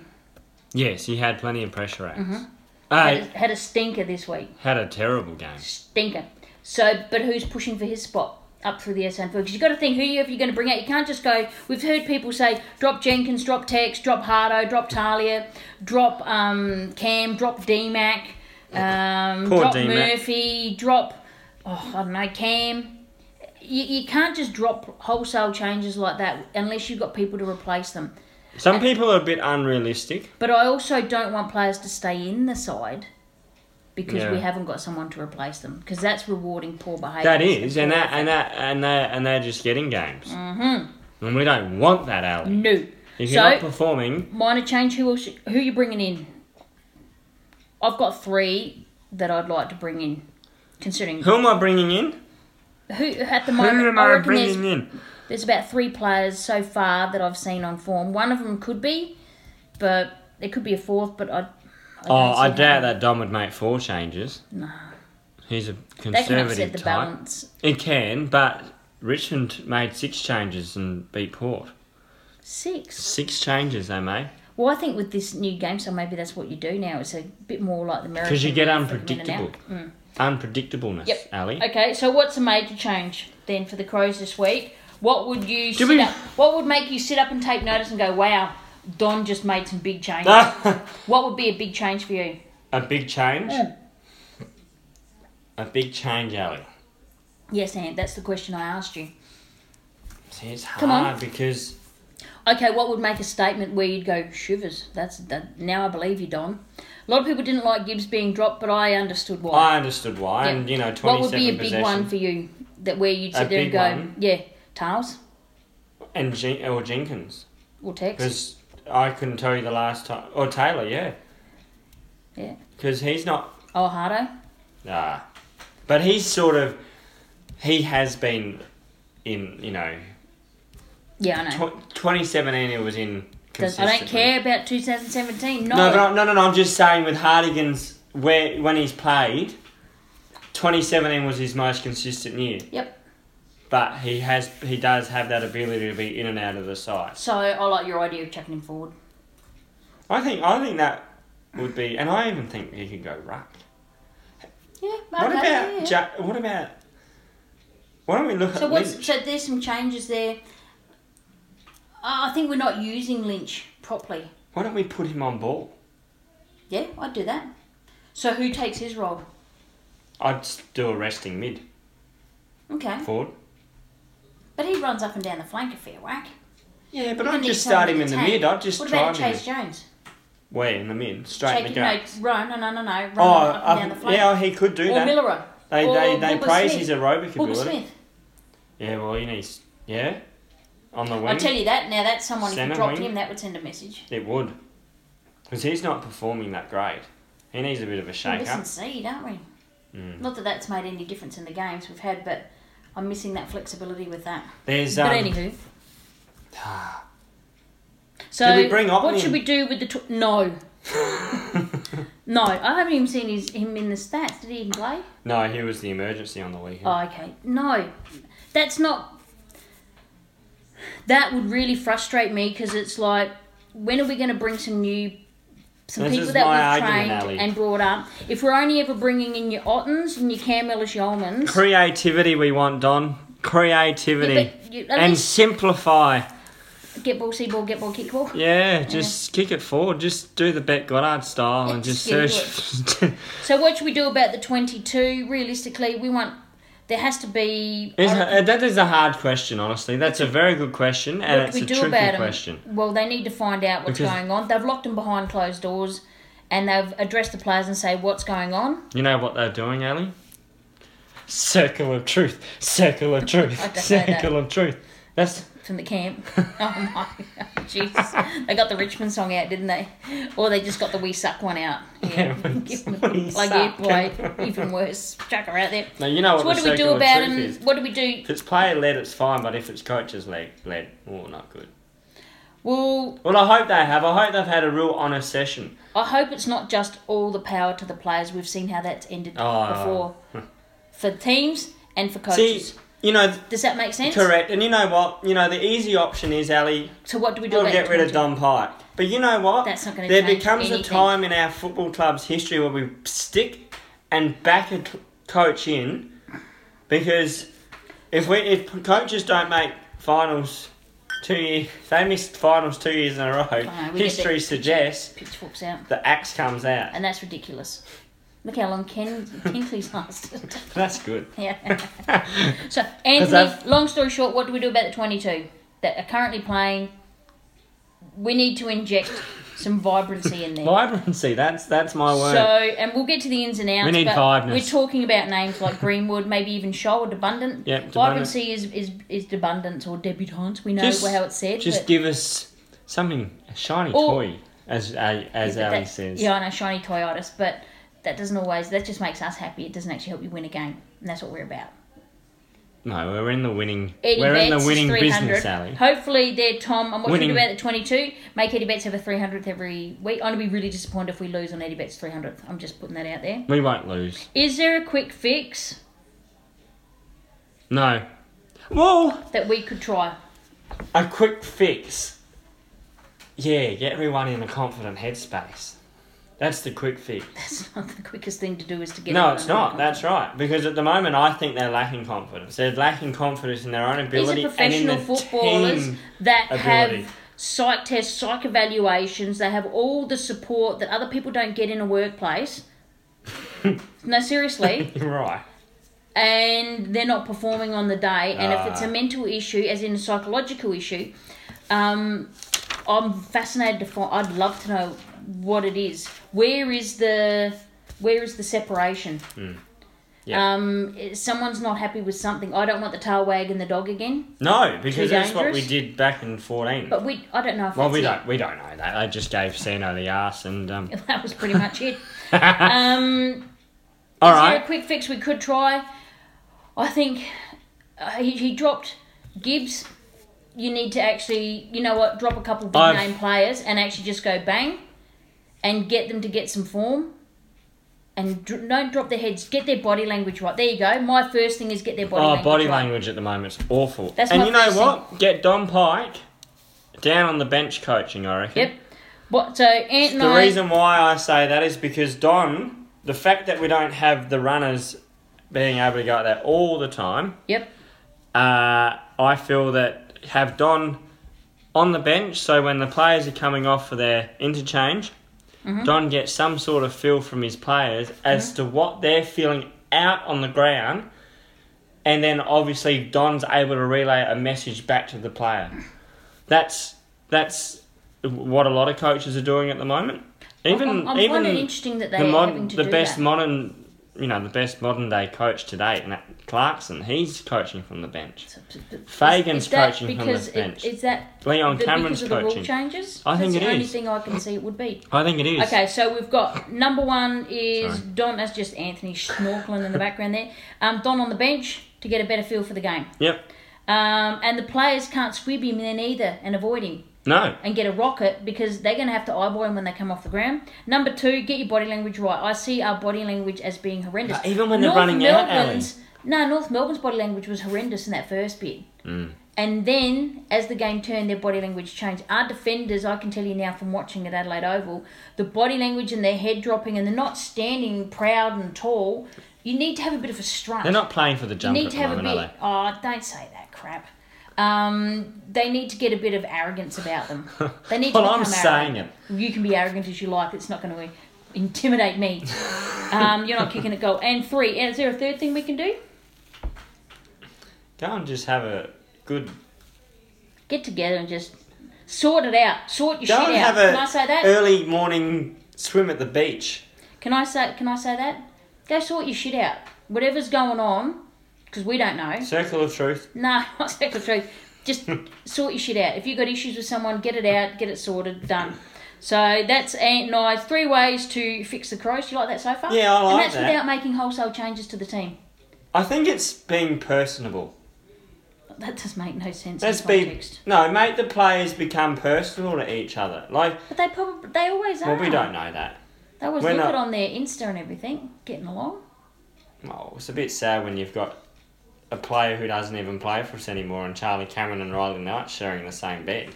Yes, he had plenty of pressure acts. Mm-hmm. Had Uh, a, had a stinker this week. had a terrible game. Stinker. So, but who's pushing for his spot up through the SNFL? Because you've got to think who you, if you're going to bring out. You can't just go. We've heard people say drop Jenkins, drop Tex, drop Hardo, drop Talia, drop um, Cam, drop DMAC, um, Poor drop DMAC. Murphy, drop oh I don't know Cam. You, you can't just drop wholesale changes like that unless you've got people to replace them. Some people are a bit unrealistic. But I also don't want players to stay in the side because we Yeah. haven't got someone to replace them because that's rewarding poor behaviour. That is, and that, and that, and they and they're just getting games. Mm-hmm. And we don't want that, Ali. No. If you're Mm-hmm. So not performing, minor change. Who else, who are you bringing in? I've got three that I'd like to bring in. Considering who, who am I bringing in? at the Who moment, am I I reckon there's, bringing in? there's about three players so far that I've seen on form. One of them could be, but there could be a fourth. But I, I Oh, don't see I doubt how- that Dom would make four changes. No. He's a They can conservative upset the type. balance. It can, but Richmond made six changes and beat Port. Six. Six changes they made Well, I think with this new game, so maybe that's what you do now. It's a bit more like the American. because you get league for the men and out. Hmm. unpredictable, unpredictableness, Yep. Ali. Okay, so what's a major change then for the Crows this week? What would you sit we- up? What would make you sit up and take notice and go, "Wow, Don just made some big changes." Ah. what would be a big change for you? a big change. Mm. A big change, Ali. Yes, Ant, that's the question I asked you. See, it's Come on. hard because Okay, what would make a statement where you'd go, "Shivers"? That's that. Now I believe you, Don. A lot of people didn't like Gibbs being dropped, but I understood why. I understood why, Yep. and you know, twenty-seven what would be a big possessions one for you that where you'd sit A there and big go, one? "Yeah, Tails and Jen- or Jenkins or Tex." because I couldn't tell you the last time or Taylor, yeah, Yeah. because he's not Oh, Hardo. Nah. But he's sort of he has been in, you know, Yeah, I know. tw- 2017 he was in Does, I don't consistently. care about 2017. No. No, but I, no, no, no, I'm just saying with Hardigan's where when he's played 2017 was his most consistent year, yep. but he has he does have that ability to be in and out of the side. So I like your idea of chucking him forward. I think I think that would be, and I even think he could go ruck. Yeah. Okay. What yeah, yeah. about ja- what about? Why don't we look So at what's Lynch? so there's some changes there. Uh, I think we're not using Lynch properly. Why don't we put him on ball? Yeah, I'd do that. So who takes his role? I'd s- do a resting mid Okay, forward. but he runs up and down the flank a fair whack. Yeah, but You I'd need just someone start to him in the attack. mid. I'd just What try about him in Chase Jones? the- way in the mid, straight Take in the no, gut. run, no, no, no, no, run oh, up and up- down the flank. yeah, he could do or that. Milleron. They or they, they Booker praise Smith. his aerobic Booker ability. Smith. Yeah, well, he needs yeah on the I wing. tell you that now. That's someone if you Centre dropped wing. him, that would send a message. It would, because he's not performing that great. He needs a bit of a We're shake up. Mm. missing seed, aren't we? Not that that's made any difference in the games we've had, but I'm missing that flexibility with that. There's um, But anywho. So Did we bring Otten what in? should we do with the tw- no? no, I haven't even seen his, him in the stats. Did he even play? no, he was the emergency on the weekend. Oh, okay. No, that's not. That would really frustrate me because it's like, when are we going to bring some new, some This people is that my we've trained argument, Ali. and brought up? If we're only ever bringing in your Ottens and your Cam Ellis Yeomans, Creativity we want, Don. Creativity. Yeah, but you- at and least- simplify. get ball, see ball, get ball, kick ball. Yeah, just kick it forward. Just do the Bet Goddard style and Let's just get search. So what should we do about the twenty-two? Realistically, we want there has to be. It's- I reckon- uh, that is a hard question, honestly. That's a very good question, and What it's do we a do tricky about them? question. Well, they need to find out what's Because- going on. They've locked them behind closed doors, and they've addressed the players and say what's going on. You know what they're doing, Ali? Circle of truth. Circle of truth. don't say that. Circle of truth. That's From the camp. oh my, jeez! They got the Richmond song out, didn't they? Or they just got the "We Suck" one out. Yeah, We like yeah, Suck. boy, even worse. Chuck her out there. now you know So what what, the do we circle do about of them? truth is. What do we do? If it's player led, it's fine, but if it's coaches led, led, oh, not good. Well, Well, I hope they have. I hope they've had a real honest session. I hope it's not just all the power to the players. We've seen how that's ended Oh. before for teams and for See, coaches. you know, Does that make sense? correct. And you know what? You know, the easy option is Ali. So what do we do We'll about get the rid of 22? Don Pike. But you know what? That's not gonna There change becomes a anything. time in our football club's history where we stick and back a t- coach in because if we if coaches don't make finals two years, they missed finals two years in a row. know, we get history the- suggests pitchforks out, the axe comes out. and that's ridiculous. Look how long Ken Kinkley's lasted. That's good. yeah. Because So Anthony, I've- long story short, what do we do about the twenty-two that are currently playing? We need to inject some vibrancy in there. vibrancy. That's that's my word. So, and we'll get to the ins and outs. We need but vibeness. We're talking about names like Greenwood, maybe even Shoal or Debundant. Yep, Vibrancy is, is, is Debundance or Debutante. We know Just- how it's said. Just but, give us something a shiny Or- toy, as uh, as but Ali that- says. Yeah, I know, shiny toyotis, but that doesn't always, that just makes us happy. It doesn't actually help you win a game. And that's what we're about. No, we're in the winning. Eddie we're Betts in the is winning 300. business, Ali. Hopefully, they're Tom. I'm watching Winning. about the 22. Make Eddie Betts have a 300th every week. I'm going to be really disappointed if we lose on Eddie Betts 300th. I'm just putting that out there. We won't lose. Is there a quick fix No. Well, that we could try? a quick fix. Yeah, get everyone in a confident headspace. That's the quick fix. That's not the quickest thing to do is to get. No, everyone it's not. back on. That's right. Because at the moment, I think they're lacking confidence. They're lacking confidence in their own These are ability and in professional the footballers team. that ability. have psych tests, psych evaluations. They have all the support that other people don't get in a workplace. no, seriously, You're right. and they're not performing on the day. And if it's a Ah. mental issue, as in a psychological issue, um, I'm fascinated to find. I'd love to know what it is. Where is the where is the separation? Hmm. Yeah. Um, if someone's not happy with something. I don't want the tail wagging the dog again. No, Too because that's what we dangerous? did back in 14. But we, I don't know if Well, that's we it. don't, we don't know that. I just gave Sano the ass and. Um, That was pretty much it. um, all Is there a right. quick fix we could try? I think uh, he, he dropped Gibbs. You need to actually, you know what, drop a couple big I've- name players and actually just go bang and get them to get some form. And dr- don't drop their heads. Get their body language right. There you go. My first thing is get their body oh, language body right. language at the moment is awful. That's and my you know first what? Get Don Pike down on the bench coaching, I reckon. Yep. What? So Ant and The I. reason why I say that is because Don, the fact that we don't have the runners being able to go out there all the time, Yep. uh, I feel that have Don on the bench so when the players are coming off for their interchange, Mm-hmm. Don gets some sort of feel from his players as to what they're feeling out on the ground, and then obviously Don's able to relay a message back to the player. That's that's what a lot of coaches are doing at the moment. Even I'm, I'm even finding it interesting that they the are mod, having to the do best that. modern, you know, the best modern day coach today, and that Clarkson, he's coaching from the bench. Fagan's Is that coaching from the because it- bench. is that Leon the- Cameron's because of the rule coaching. changes? I think That's it the only is. thing I can see it would be. I think it is. Okay, so we've got number one is Sorry. Don. That's just Anthony snorkeling in the background there. Um, Don on the bench to get a better feel for the game. Yep. Um, and the players can't squib him then either and avoid him No. and get a rocket because they're going to have to eyeball him when they come off the ground. Number two, get your body language right. I see our body language as being horrendous. But even when they're running out, Melbourne's, no, North Melbourne's body language was horrendous in that first bit. Mm. And then, as the game turned, their body language changed. Our defenders, I can tell you now from watching at Adelaide Oval, the body language and their head dropping and they're not standing proud and tall. You need to have a bit of a strut. They're not playing for the jump Need at to the have a moment, are bit. they? Oh, don't say that crap. Um, they need to get a bit of arrogance about them. They need Well, to I'm become saying arrogant. You can be arrogant as you like. It's not going to intimidate me. um, you're not kicking a goal. And three. And is there a third thing we can do? Go and just have a good. Get together and just sort it out. Sort your Go shit and out. have a er- Can I say that? early morning swim at the beach. Can I say? Can I say that? Go sort your shit out. Whatever's going on, because we don't know. Circle of truth. No, not circle of truth. Just sort your shit out. If you've got issues with someone, get it out, get it sorted, done. So that's Ant and I. Three ways to fix the crows. You like that so far? Yeah, I And like that's that. without making wholesale changes to the team. I think it's being personable. That does make no sense Let's in be context. no, make the players become personal to each other. Like, But they probably they always are. well, we don't know that. They always We're look not- it on their Insta and everything, getting along. Well, it's a bit sad when you've got a player who doesn't even play for us anymore, and Charlie Cameron and Riley Knight sharing the same bed.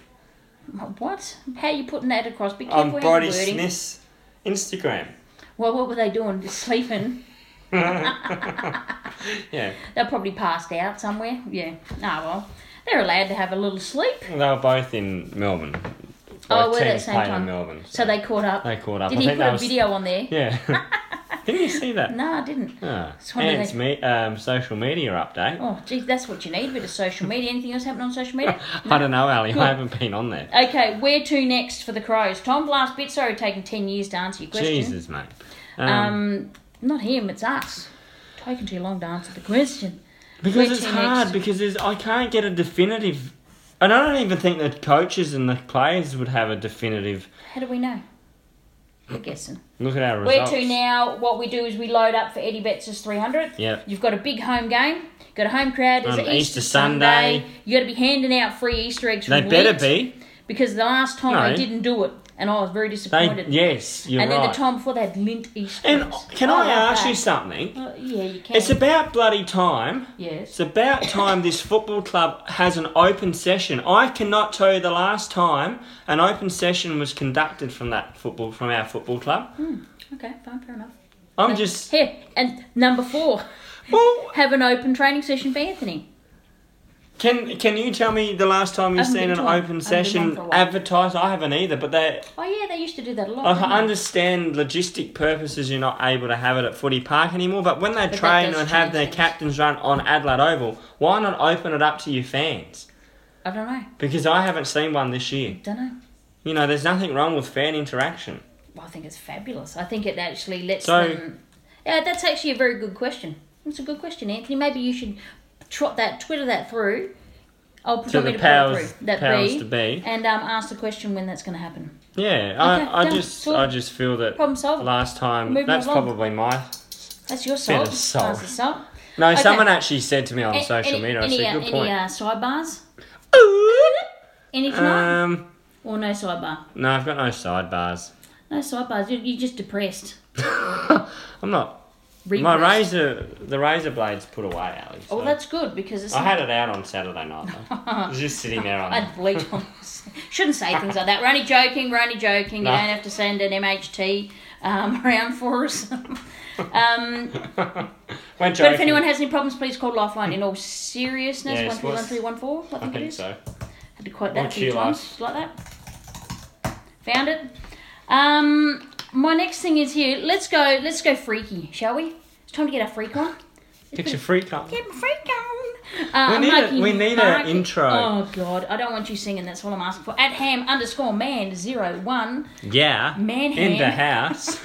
What? How are you putting that across? Be careful On how you're Brody wording. Um, Smith's Instagram. Well, what were they doing? Just sleeping. Yeah, They probably passed out somewhere. Yeah. Ah, well. They're allowed to have a little sleep. they were both in Melbourne. Oh, Both were they at teams the same playing time? in Melbourne. So they caught up. They caught up. Did I he think put that a was- video on there? Yeah. Didn't you see that? No, I didn't. Ah, one of Ant's those- me- um, social media update. Oh, geez, that's what you need. A bit of social media. Anything else happening on social media? I don't know, Ali. I haven't been on there. Okay, where to next for the Crows? Tom, last bit. Sorry, taking 10 years to answer your question. Jesus, mate. Um, Um, not him, it's us. Taking too long to answer the question. because where it's to hard. next? Because there's, I can't get a definitive. And I don't even think the coaches and the players would have a definitive How do we know? We're guessing. look at our Where results. to now? What we do is we load up for Eddie Betts' 300. Yeah. You've got a big home game. Got a home crowd. It's On an Easter, Um, Easter Sunday. Sunday. you got to be handing out free Easter eggs. They from better Woolies. be. because the last time No. they didn't do it, and I was very They disappointed. yes, you're and right. then the time Oh, before they had lint Easter. and eggs. can like I ask that. you something? Uh, yeah, you can. It's about bloody time. yes. It's about time this football club has an open session. I cannot tell you the last time an open session was conducted from that football from our football club. Okay, fine, fair enough. I'm just Here and number four, well, have an open training session for Anthony. can can you tell me the last time you've haven't seen been an to one. I haven't open been one session for a while. advertised? I haven't either, but they Oh yeah, they used to do that a lot. I didn't they? understand logistic purposes you're not able to have it at Footy Park anymore, but when they that train does and have change their things. captain's run on Adelaide Oval, why not open it up to your fans? I don't know. Because I haven't seen one this year. Don't know. You know, there's nothing wrong with fan interaction. Well, I think it's fabulous. I think it actually lets So- them. Yeah, that's actually a very good question. That's a good question, Anthony. Maybe you should trot that, Twitter that through. I'll put to me to the power powers, through that powers be, to be. and um, ask the question when that's going to happen. Yeah, Okay, I, I done. just Cool. I just feel that Problem solved. last time Moving that's along. probably my That's your salt. of salt. That's the salt. no. Okay. Someone actually said to me on A- social any, media. I Any, said, uh, "Good any point." uh, sidebars? Any uh, tonight? um, or no sidebar? no, I've got no sidebars. No sidebars. You're, you're just depressed. I'm not. My Repressed. razor, the razor blade's put away, Ali. Oh, so- that's good because it's. I had it out on Saturday night. Though. It's just sitting there on. I'd bleach on this. Shouldn't say things like that. We're only joking. We're only joking. No. You don't have to send an MHT um, around for us. um, Won't but if joking. anyone has any problems, please call Lifeline. In all seriousness, Yes, one three one what's- three one four. I I think it think is. so. Had to quote that Or a few Q times like that. Found it. Um, my next thing is here. Let's go. Let's go freaky, shall we? It's time to get our freak on. Get your free cup. Get my freak on. Uh, We I'm need a- making- we need a marking- intro. Oh god, I don't want you singing. That's all I'm asking for. At ham underscore man zero one Yeah. man in the ham. house.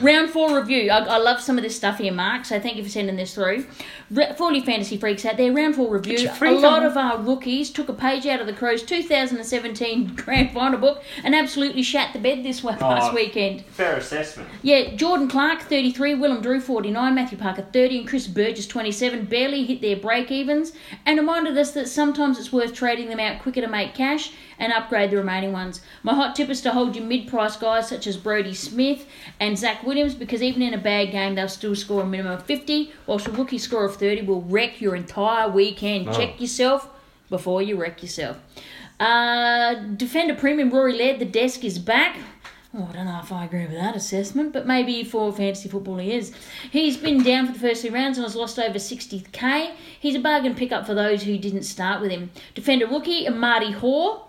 Round four review. I, I love some of this stuff here, Mark. So thank you for sending this through. Re- for all you fantasy freaks out there, round four review. your A freak lot on. of our rookies took a page out of the Crows 2017 Grand Final book and absolutely shat the bed this wa- past weekend. Fair assessment. Yeah, Jordan Clark, 33, Willem Drew, 49, Matthew Parker, 30, and Chris Burgess, 27, barely hit their break evens. And reminded us that sometimes it's worth trading them out quicker to make cash and upgrade the remaining ones. My hot tip is to hold your mid price guys such as Brody Smith and Zach Williams because even in a bad game, they'll still score a minimum of 50, whilst a rookie score of 30 will wreck your entire weekend. Check yourself before you wreck yourself. Uh, defender premium Rory Laird, the desk is back. Oh, I don't know if I agree with that assessment, but maybe for fantasy football he is. He's been down for the first two rounds and has lost over 60k. He's a bargain pickup for those who didn't start with him. Defender rookie Marty Hoare,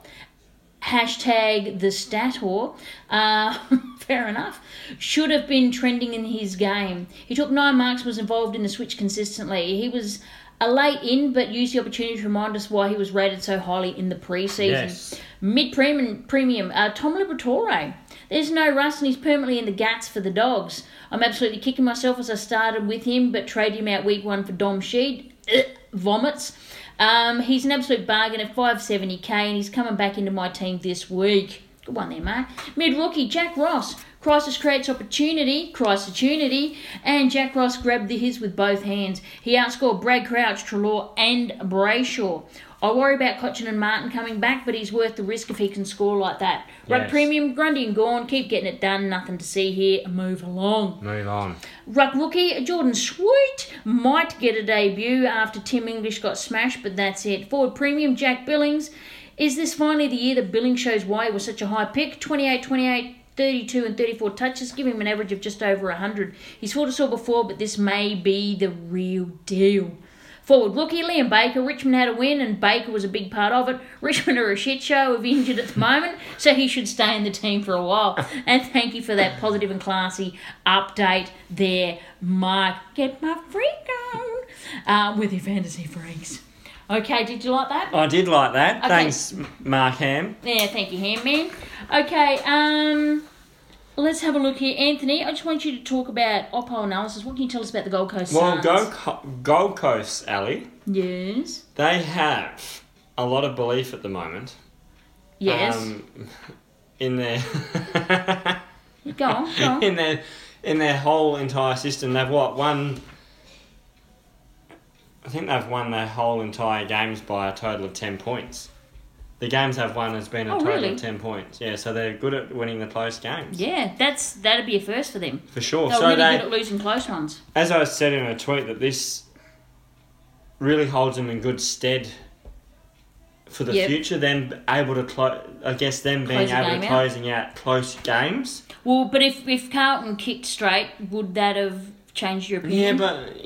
hashtag the stat whore. Uh, fair enough. Should have been trending in his game. He took nine marks, was involved in the switch consistently. He was a late in, but used the opportunity to remind us why he was rated so highly in the preseason. Yes. Mid premium, premium uh, Tom Liberatore. There's no rust, and he's permanently in the guts for the dogs. I'm absolutely kicking myself as I started with him, but traded him out week one for Dom Sheed. Ugh, vomits. Um, he's an absolute bargain at 570k, and he's coming back into my team this week. Good one there, Mark. Mid rookie Jack Ross. Crisis creates opportunity, crisis opportunity, and Jack Ross grabbed the his with both hands. He outscored Brad Crouch, Trelaw, and Brayshaw. I worry about Cochin and Martin coming back, but he's worth the risk if he can score like that. Rug Yes. Premium, Grundy and Gorn, keep getting it done. Nothing to see here. Move along. Move on. Ruck rookie Jordan Sweet might get a debut after Tim English got smashed, but that's it. Forward premium Jack Billings. Is this finally the year that Billings shows why he was such a high pick? 28, 28, 32, and 34 touches, give him an average of just over 100. He's sort of saw before, but this may be the real deal. Forward rookie Liam Baker. Richmond had a win, and Baker was a big part of it. Richmond are a shit show of injured at the moment, so he should stay in the team for a while. And thank you for that positive and classy update there, Mike. Get my freak on uh, with your fantasy freaks. Okay, did you like that? Oh, I did like that. Okay. Thanks, Mark Ham. Yeah, thank you, Handman. Okay, um, let's have a look here, Anthony. I just want you to talk about Oppo analysis. What can you tell us about the Gold Coast Well, Suns? Gold, Co- Gold Coast, Ali, Yes. they have a lot of belief at the moment. Yes. Um, in their go on. Go on. in their in their whole entire system, they've what won. I think they've won their whole entire games by a total of ten points. The games they've won has been a Oh, total really? of ten points. Yeah, so they're good at winning the close games Yeah, that's that'd be a first for them. for sure. They're so really they, good at losing close ones. as I said in a tweet, that this really holds them in good stead for the Yep. future. Them able to close, I guess, them being Close the able game to out. closing out close games. Well, but if if Carlton kicked straight, would that have changed your Yeah, opinion? but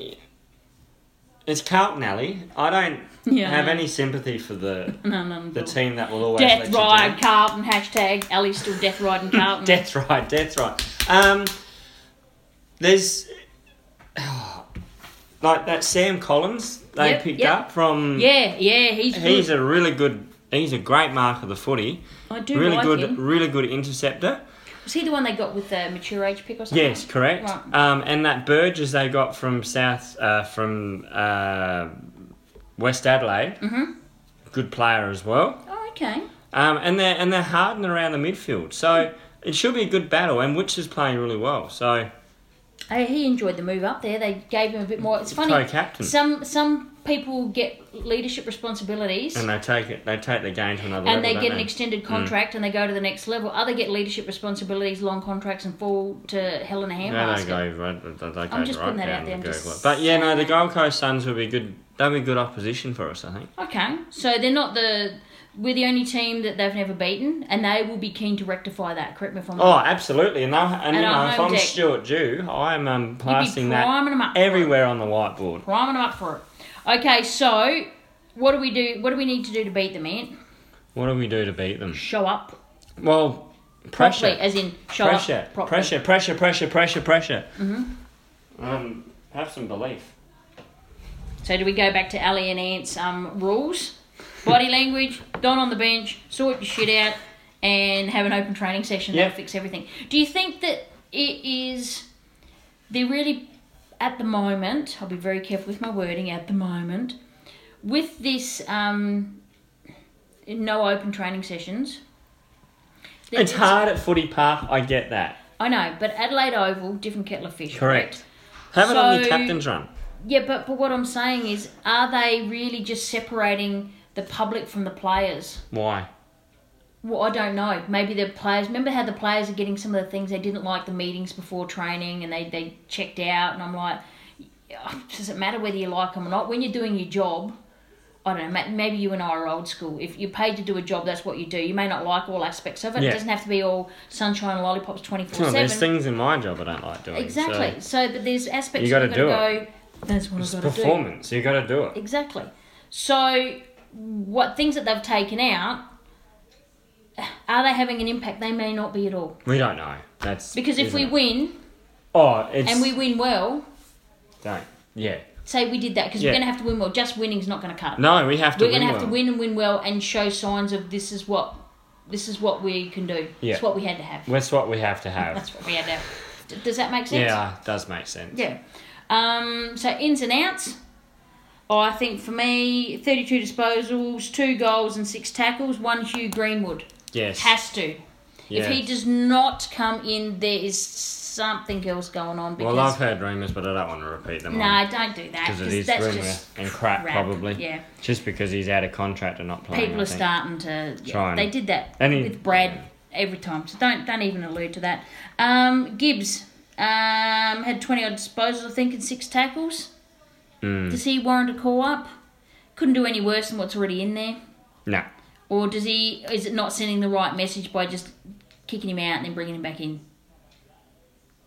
it's Carlton Alley. I don't Yeah. have any sympathy for the no, no, no. the team that will always let Um, Death you down. ride Carlton hashtag Ellie's still death riding Carlton. Death right, death right. Um, there's like that Sam Collins they Yep, picked yep. up from. Yeah, yeah, he's He's good. a really good. He's a great mark of the footy. I do really like good, him. really good interceptor. Was he the one they got with the mature age pick or something? Yes, correct. Right. Um, and that Burgess they got from South uh, from uh, West Adelaide, mm-hmm. good player as well. Oh, okay. Um, and they're and they're hardened around the midfield, so it should be a good battle. And Witch is playing really well, so Hey, Uh, he enjoyed the move up there. They gave him a bit more. It's funny. Co-captain. Some some people get leadership responsibilities and they take it. They take the game to another level. and they don't get an extended Mm. contract and they go to the next level. Other get leadership responsibilities, long contracts, and fall to hell in a Yeah, they handbasket. go right. They they go I'm just right putting that down out the there, I'm Gold just Coast. But yeah, no, the saying. Gold Coast Suns would be good. That'd be good opposition for us, I think. okay, so they're not the we're the only team that they've never beaten, and they will be keen to rectify that. Correct me if I'm Oh, absolutely. And, they'll, and, you And our know, if home I'm deck. Stuart Dew, I'm um, priming passing them that up. everywhere on the whiteboard. priming them up for it. Okay, so what do we do? What do we need to do to beat them, Ant? What do we do to beat them? Show up Well, pressure. properly, as in show pressure. up properly. pressure. Pressure, pressure, pressure, pressure. Mm-hmm. Um, have some belief. So do we go back to Ali and Ant's um, rules? Body language, don't on the bench, sort your shit out, and have an open training session. Yeah. That'll fix everything. Do you think that it is? They're really at the moment. I'll be very careful with my wording. At the moment, with this um, no open training sessions. that It's hard at Footy Park, I get that. I know, but Adelaide Oval, different kettle of fish. Correct. Have it on your So- captain's run. Yeah, but, but what I'm saying is, are they really just separating the public from the players? Why? Well, I don't know. Maybe the players. Remember how the players are getting some of the things they didn't like the meetings before training, and they they checked out. And I'm like, "Oh, does it matter whether you like them or not? When you're doing your job, I don't know. ma- Maybe you and I are old school. If you're paid to do a job, that's what you do. You may not like all aspects of it. It Yeah. doesn't have to be all sunshine and lollipops twenty four Well, there's seven. things in my job I don't like doing. so Exactly. So, but there's aspects You that gotta you've gotta do go. That's what It's I've got to do. performance. You got to do it. Exactly. So, what things that they've taken out are they having an impact? They may not be at all. We don't know. That's Because if isn't we it? win oh, it's and we win well, don't yeah. say we did that because Yeah. we're going to have to win well. Just winning's not going to cut. No, we have to. we're going to win have to well. win and win well and show signs of this is what this is what we can do. Yeah. It's what we had to have. That's what we have to have. That's what we had to. Have. D- Does that make sense? yeah, does make sense. Yeah. Um, so ins and outs. Oh, I think for me, 32 disposals, two goals and six tackles, one Hugh Greenwood. Yes. Has to. yeah. If he does not come in, there is something else going on. Because, well, I've heard rumours, but I don't want to repeat them. no, don't do that. because it 'cause is that's rumour just and crap, crap, probably. yeah. Just because he's out of contract and not playing. people I are think. starting to. yeah, Try and- they did that and he- with Brad every time, so don't don't even allude to that. Um, Gibbs um, had twenty odd disposals, I think, and six tackles. Hmm. Does he warrant a call up? Couldn't do any worse than what's already in there. No. Or does he? Is it not sending the right message by just kicking him out and then bringing him back in?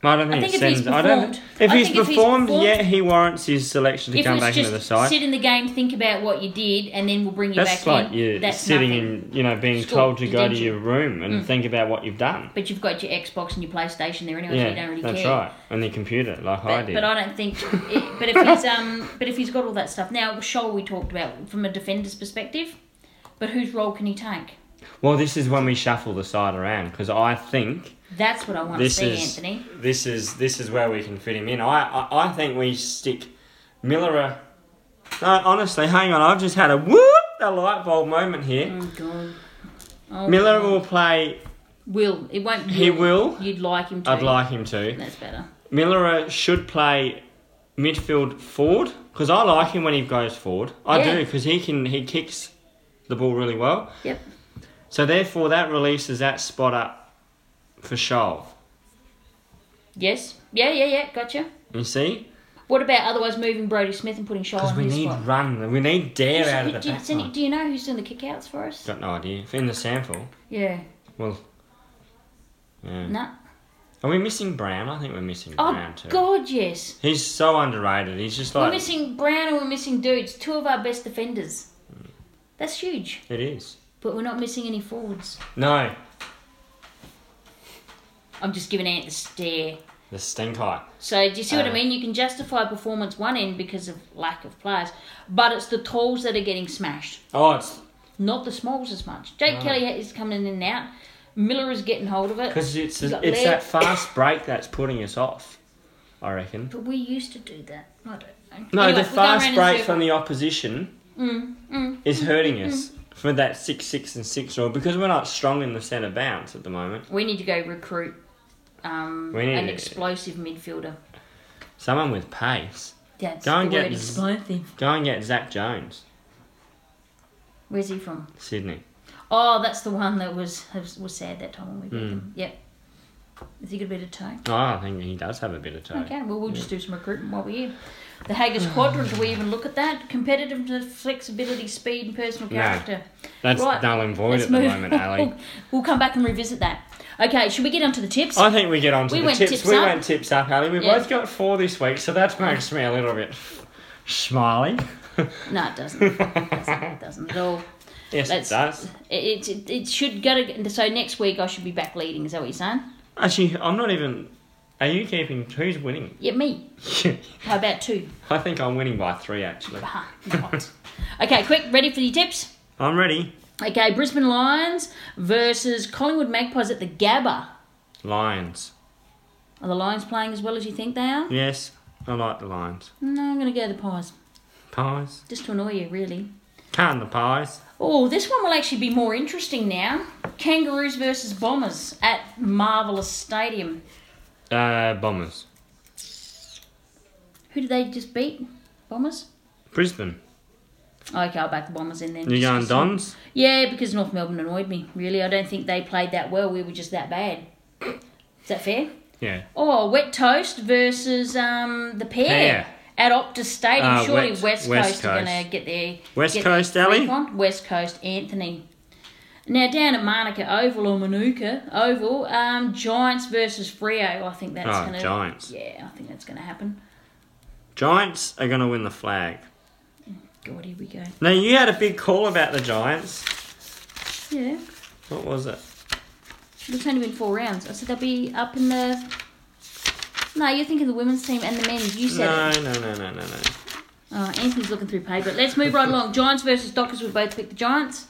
I don't think, think it if he's sends. I don't. performed- If I he's think if he's performed, performed- yeah, he warrants his selection to If come it's back just into the side. sit in the game, think about what you did, and then we'll bring you back that's like in. you that's sitting nothing. in, you know, being School, told to you go to did you. Mm. your room and think about what you've done. But you've got your Xbox and your PlayStation there anyway, so you Yeah, don't really that's care. right. And the computer, like I But, did. but I don't think. It, but if he's um, but if he's got all that stuff now, Shoal we talked about from a defender's perspective, but whose role can he take? Well, this is when we shuffle the side around because I think That's what I want this to see, is Anthony. this is this is where we can fit him in. I I, I think we stick Miller. No, honestly, hang on. I've just had a whoop a light bulb moment here. Oh God. Oh, Miller God. will play. will it won't He will. You'd like him to. I'd like him to. That's better. Miller should play midfield forward because I like him when he goes forward. I do Yeah. 'cause do because he can he kicks the ball really well. Yep. So therefore, that releases that spot up for Shoal. Yes. Yeah. Yeah. Yeah. Gotcha. You see. What about otherwise moving Brody Smith and putting Shoal Because on we his need spot? run. We need dare out of the do, you, back. does any- line. do you know who's doing the kickouts for us? Got no idea. In the sample. Yeah. Well. Yeah. No. Are we missing Brown? I think we're missing Oh Brown too. God, yes. He's so underrated. He's just We're like missing Brown and we're missing Dudes, two of our best defenders. That's huge. it is. But we're not missing any forwards. No, I'm just giving Ant the stare. the stink eye. So do you see what I Uh. mean? You can justify performance one end because of lack of players, but it's the talls that are getting smashed, Oh, it's Uh. not the smalls as much. Jake Kelly is coming in and out. Miller is getting hold of it. Because it's, He's it's got that lead. fast break that's putting us off, I reckon. But we used to do that. I don't know. No, Anyway, the we're going fast round in break circles. from the opposition Mm, is hurting us for that 6 6 and 6 rule because we're not strong in the centre bounce at the moment. We need to go recruit um, We need an to- explosive midfielder. Someone with pace. That's Go the and get word, Z- explosive. Go and get Zach Jones, Where's he from? Sydney. Oh, that's the one that was was was sad that time when we Hmm. beat him. Yep. Has he got a bit of toe? Oh, I think he does have a bit of toe. Okay, well, we'll just do some recruitment while we're here. The Haggis Quadrant, do we even look at that? Competitiveness, flexibility, speed, and personal No. character. That's Right, null and void Let's at the move moment, Ali. on. We'll come back and revisit that. Okay, should we get onto the tips? I think we get on to We the went tips. tips we up. went tips up, Ali. We Yeah. both got four this week, so that makes me a little bit smiley. No, it doesn't. It doesn't, it doesn't at all. yes, Let's- it does. It, it, it should go to. So next week I should be back leading, is that what you're saying? Actually, I'm not even. Are you keeping who's winning? Yeah, me. I How about two? think I'm winning by three, actually. Ah, not. okay, quick, ready for the tips? I'm ready. Okay, Brisbane Lions versus Collingwood Magpies at the Gabba. Lions. Are the Lions playing as well as you think they are? Yes, I like the Lions. No, I'm going to go the Pies, Pies. just to annoy you, really. Can the pies. Oh, this one will actually be more interesting now. Kangaroos versus Bombers at Marvellous Stadium. Uh, bombers. Who did they just beat? Bombers? Oh, Brisbane. Okay, I'll back the Bombers in then. You going Just- Dons? Yeah, because North Melbourne annoyed me, really. I don't think they played that well. We were just that bad. Is that fair? Yeah. Oh, Wet Toast versus um, the Pear Pear. at Optus Stadium. Ah, Surely Wet- West, West Coast, are Coast. going to get their West get Coast, their Ali? freak on. West Coast, Anthony. Now down at Manuka Oval or Manuka Oval, um, Giants versus Frio. I think that's Oh, going to Giants. Yeah, I think that's going to happen. Giants are going to win the flag. God, here we go. Now, you had a big call about the Giants. Yeah, What was it? there's only been four rounds. I said they'll be up in the. No, you're thinking the women's team and the men's. You said it. No, no, no, no, no, no. Oh, Anthony's looking through paper. Let's move right along. Giants versus Dockers. We both picked the Giants.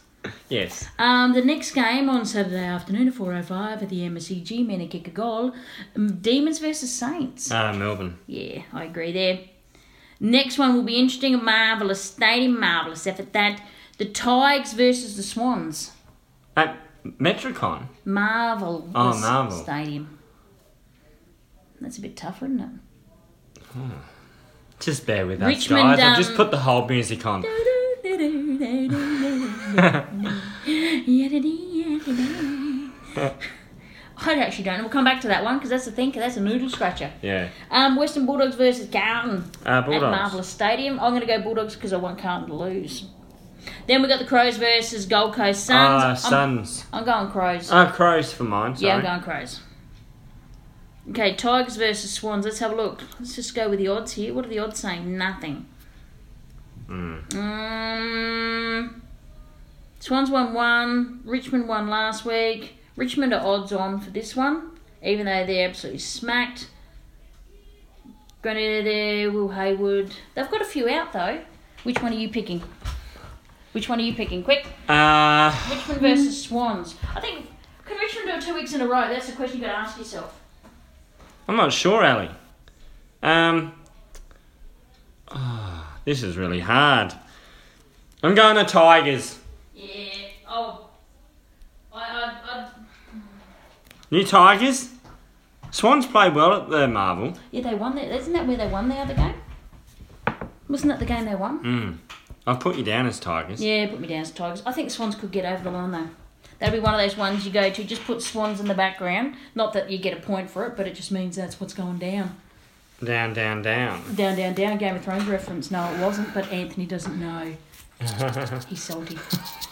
Yes. Um, the next game on Saturday afternoon at 4.05 at the MSCG, men kick a goal. Um, Demons versus Saints. Ah, Melbourne. Yeah, I agree there. Next one will be interesting. A marvellous stadium, marvellous effort that. The Tigers versus the Swans. At Metricon. Marvellous Oh, Marvel. stadium. That's a bit tougher, isn't it? Just bear with us, Richmond, guys. I've just um, put the whole music on. I actually don't know. We'll come back to that one because that's the thing. 'cause that's a noodle scratcher. yeah. Um, Western Bulldogs versus Carlton Uh, at Bulldogs. Marvellous Stadium. I'm going to go Bulldogs because I want Carlton to lose. Then we got the Crows versus Gold Coast Suns. Ah, I'm- Suns. I'm, going Crows. Ah, Crows for mine, Um, yeah, I'm sorry. going Crows. Okay, Tigers versus Swans. Let's have a look. Let's just go with the odds here. What are the odds saying? Nothing. Mm. Um, Swans won one. Richmond won last week. Richmond are odds on for this one, even though they're absolutely smacked. Grenada there, Will Hayward. They've got a few out though. Which one are you picking? Which one are you picking? Quick. Ah, Richmond versus Swans. I think can Richmond do it two weeks in a row? That's the question you got to ask yourself. I'm not sure, Ali. Um, ah, this is really hard. I'm going to Tigers. Yeah. Oh. I. I. I New Tigers. Swans played well at the Marvel. yeah, they won. That isn't that where they won the other game? Wasn't that the game they won? Mm. I've put you down as Tigers. Yeah, put me down as Tigers. I think Swans could get over the line though. That'd be one of those ones you go to. Just put Swans in the background. Not that you get a point for it, but it just means that's what's going down. Down, down, down. Down, down, down. Game of Thrones reference. No, it wasn't. But Anthony doesn't know. He's salty.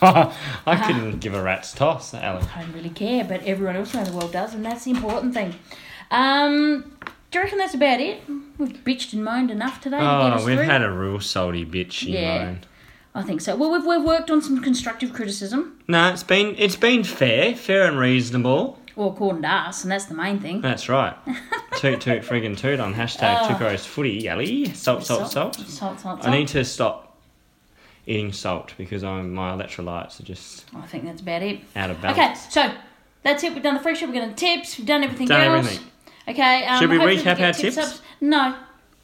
I couldn't give a rat's toss, Ali. I don't really care, but everyone else around the world does, and that's the important thing. Um, do you reckon that's about it? We've bitched and moaned enough today to get Oh, us we've through. had a real salty bitch in Yeah. mind. I think so. Well, we've, we've worked on some constructive criticism, No, it's been it's been fair, fair and reasonable. well, according to us, and that's the main thing. That's right. toot toot friggin' toot on hashtag Oh. Tucker's footy alley. Salt salt salt. Salt, salt, salt. I need to stop eating salt because I'm, my electrolytes are just I think that's about it. out of Okay, balance. so That's it. We've done the fresh up. We've done the tips. We've done everything Done else. everything. Okay. Um, Should we hopefully recap get our tips? No.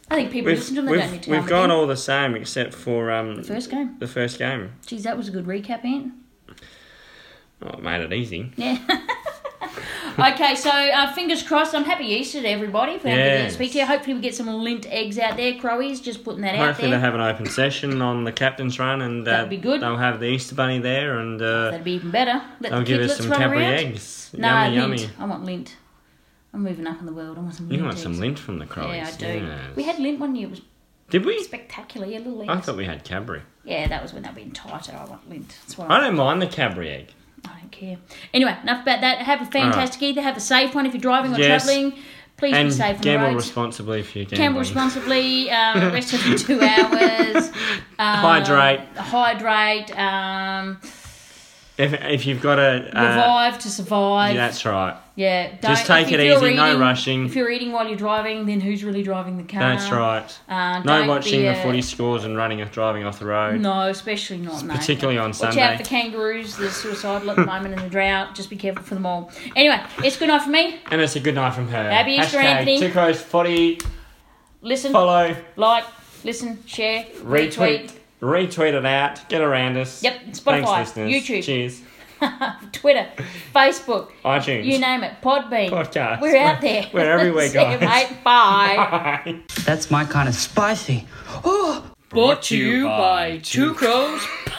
I think people We've, listen to them. They don't need we've, to know we've gone everything. all the same except for um, First game. the first game. Geez, that was a good recap, Ant. Oh, it made it easy. Yeah. okay, so uh, fingers crossed. I'm happy Easter to everybody. If we haven't been to Yes. speak to you, hopefully we get some lint eggs out there. Crowies, just putting that out Hopefully there. they have an open session on the captain's run, and uh, That'd be good. They'll have the Easter bunny there, and uh, That'd be even better. Let they'll the give us kidlets some run Cadbury around. eggs. No, yummy, lint. yummy. I want lint. I'm moving up in the world. I want some You lint. want some eggs. lint from the crows? Yeah, I do. yes. We had lint one year. It was Did we? spectacular. Yeah, little I eggs. thought we had Cadbury. Yeah, that was when they were being tighter. I want lint. That's why I don't mind the Cadbury egg. I don't care. Anyway, enough about that. Have a fantastic either. Have a safe one if you're driving or Yes. travelling. Please be safe And on the gamble roads. responsibly if you Gamble gamble. responsibly. Um, rest every two hours. Um, Hydrate. Hydrate. Um, If, if you've got a, uh, revive to survive. yeah, that's Uh, right. yeah. Don't, Just take if you- it if you're easy, no eating- rushing. If you're eating while you're driving, then who's really driving the car? That's right. Uh, No don't watching be the a- footy scores and running off driving off the road. No, especially not. No. particularly on Watch Sunday. out for kangaroos. They're suicidal at the moment in the drought. Just be careful for them all. Anyway, it's good night for me. And it's a good night from her. Happy Easter, Hashtag Anthony. Two Crows Footy. Listen, Follow, like, listen, share, retweet, retweet. retweet it out. Get around us. Yep, Spotify, Thanks, listeners. YouTube. Cheers. Twitter, Facebook, iTunes. you name it. Podbean. Podcast. We're out there. We're everywhere, See you, guys. mate. Bye. Bye. That's my kind of spicy. Oh! Brought to you by Two Crows Podcast.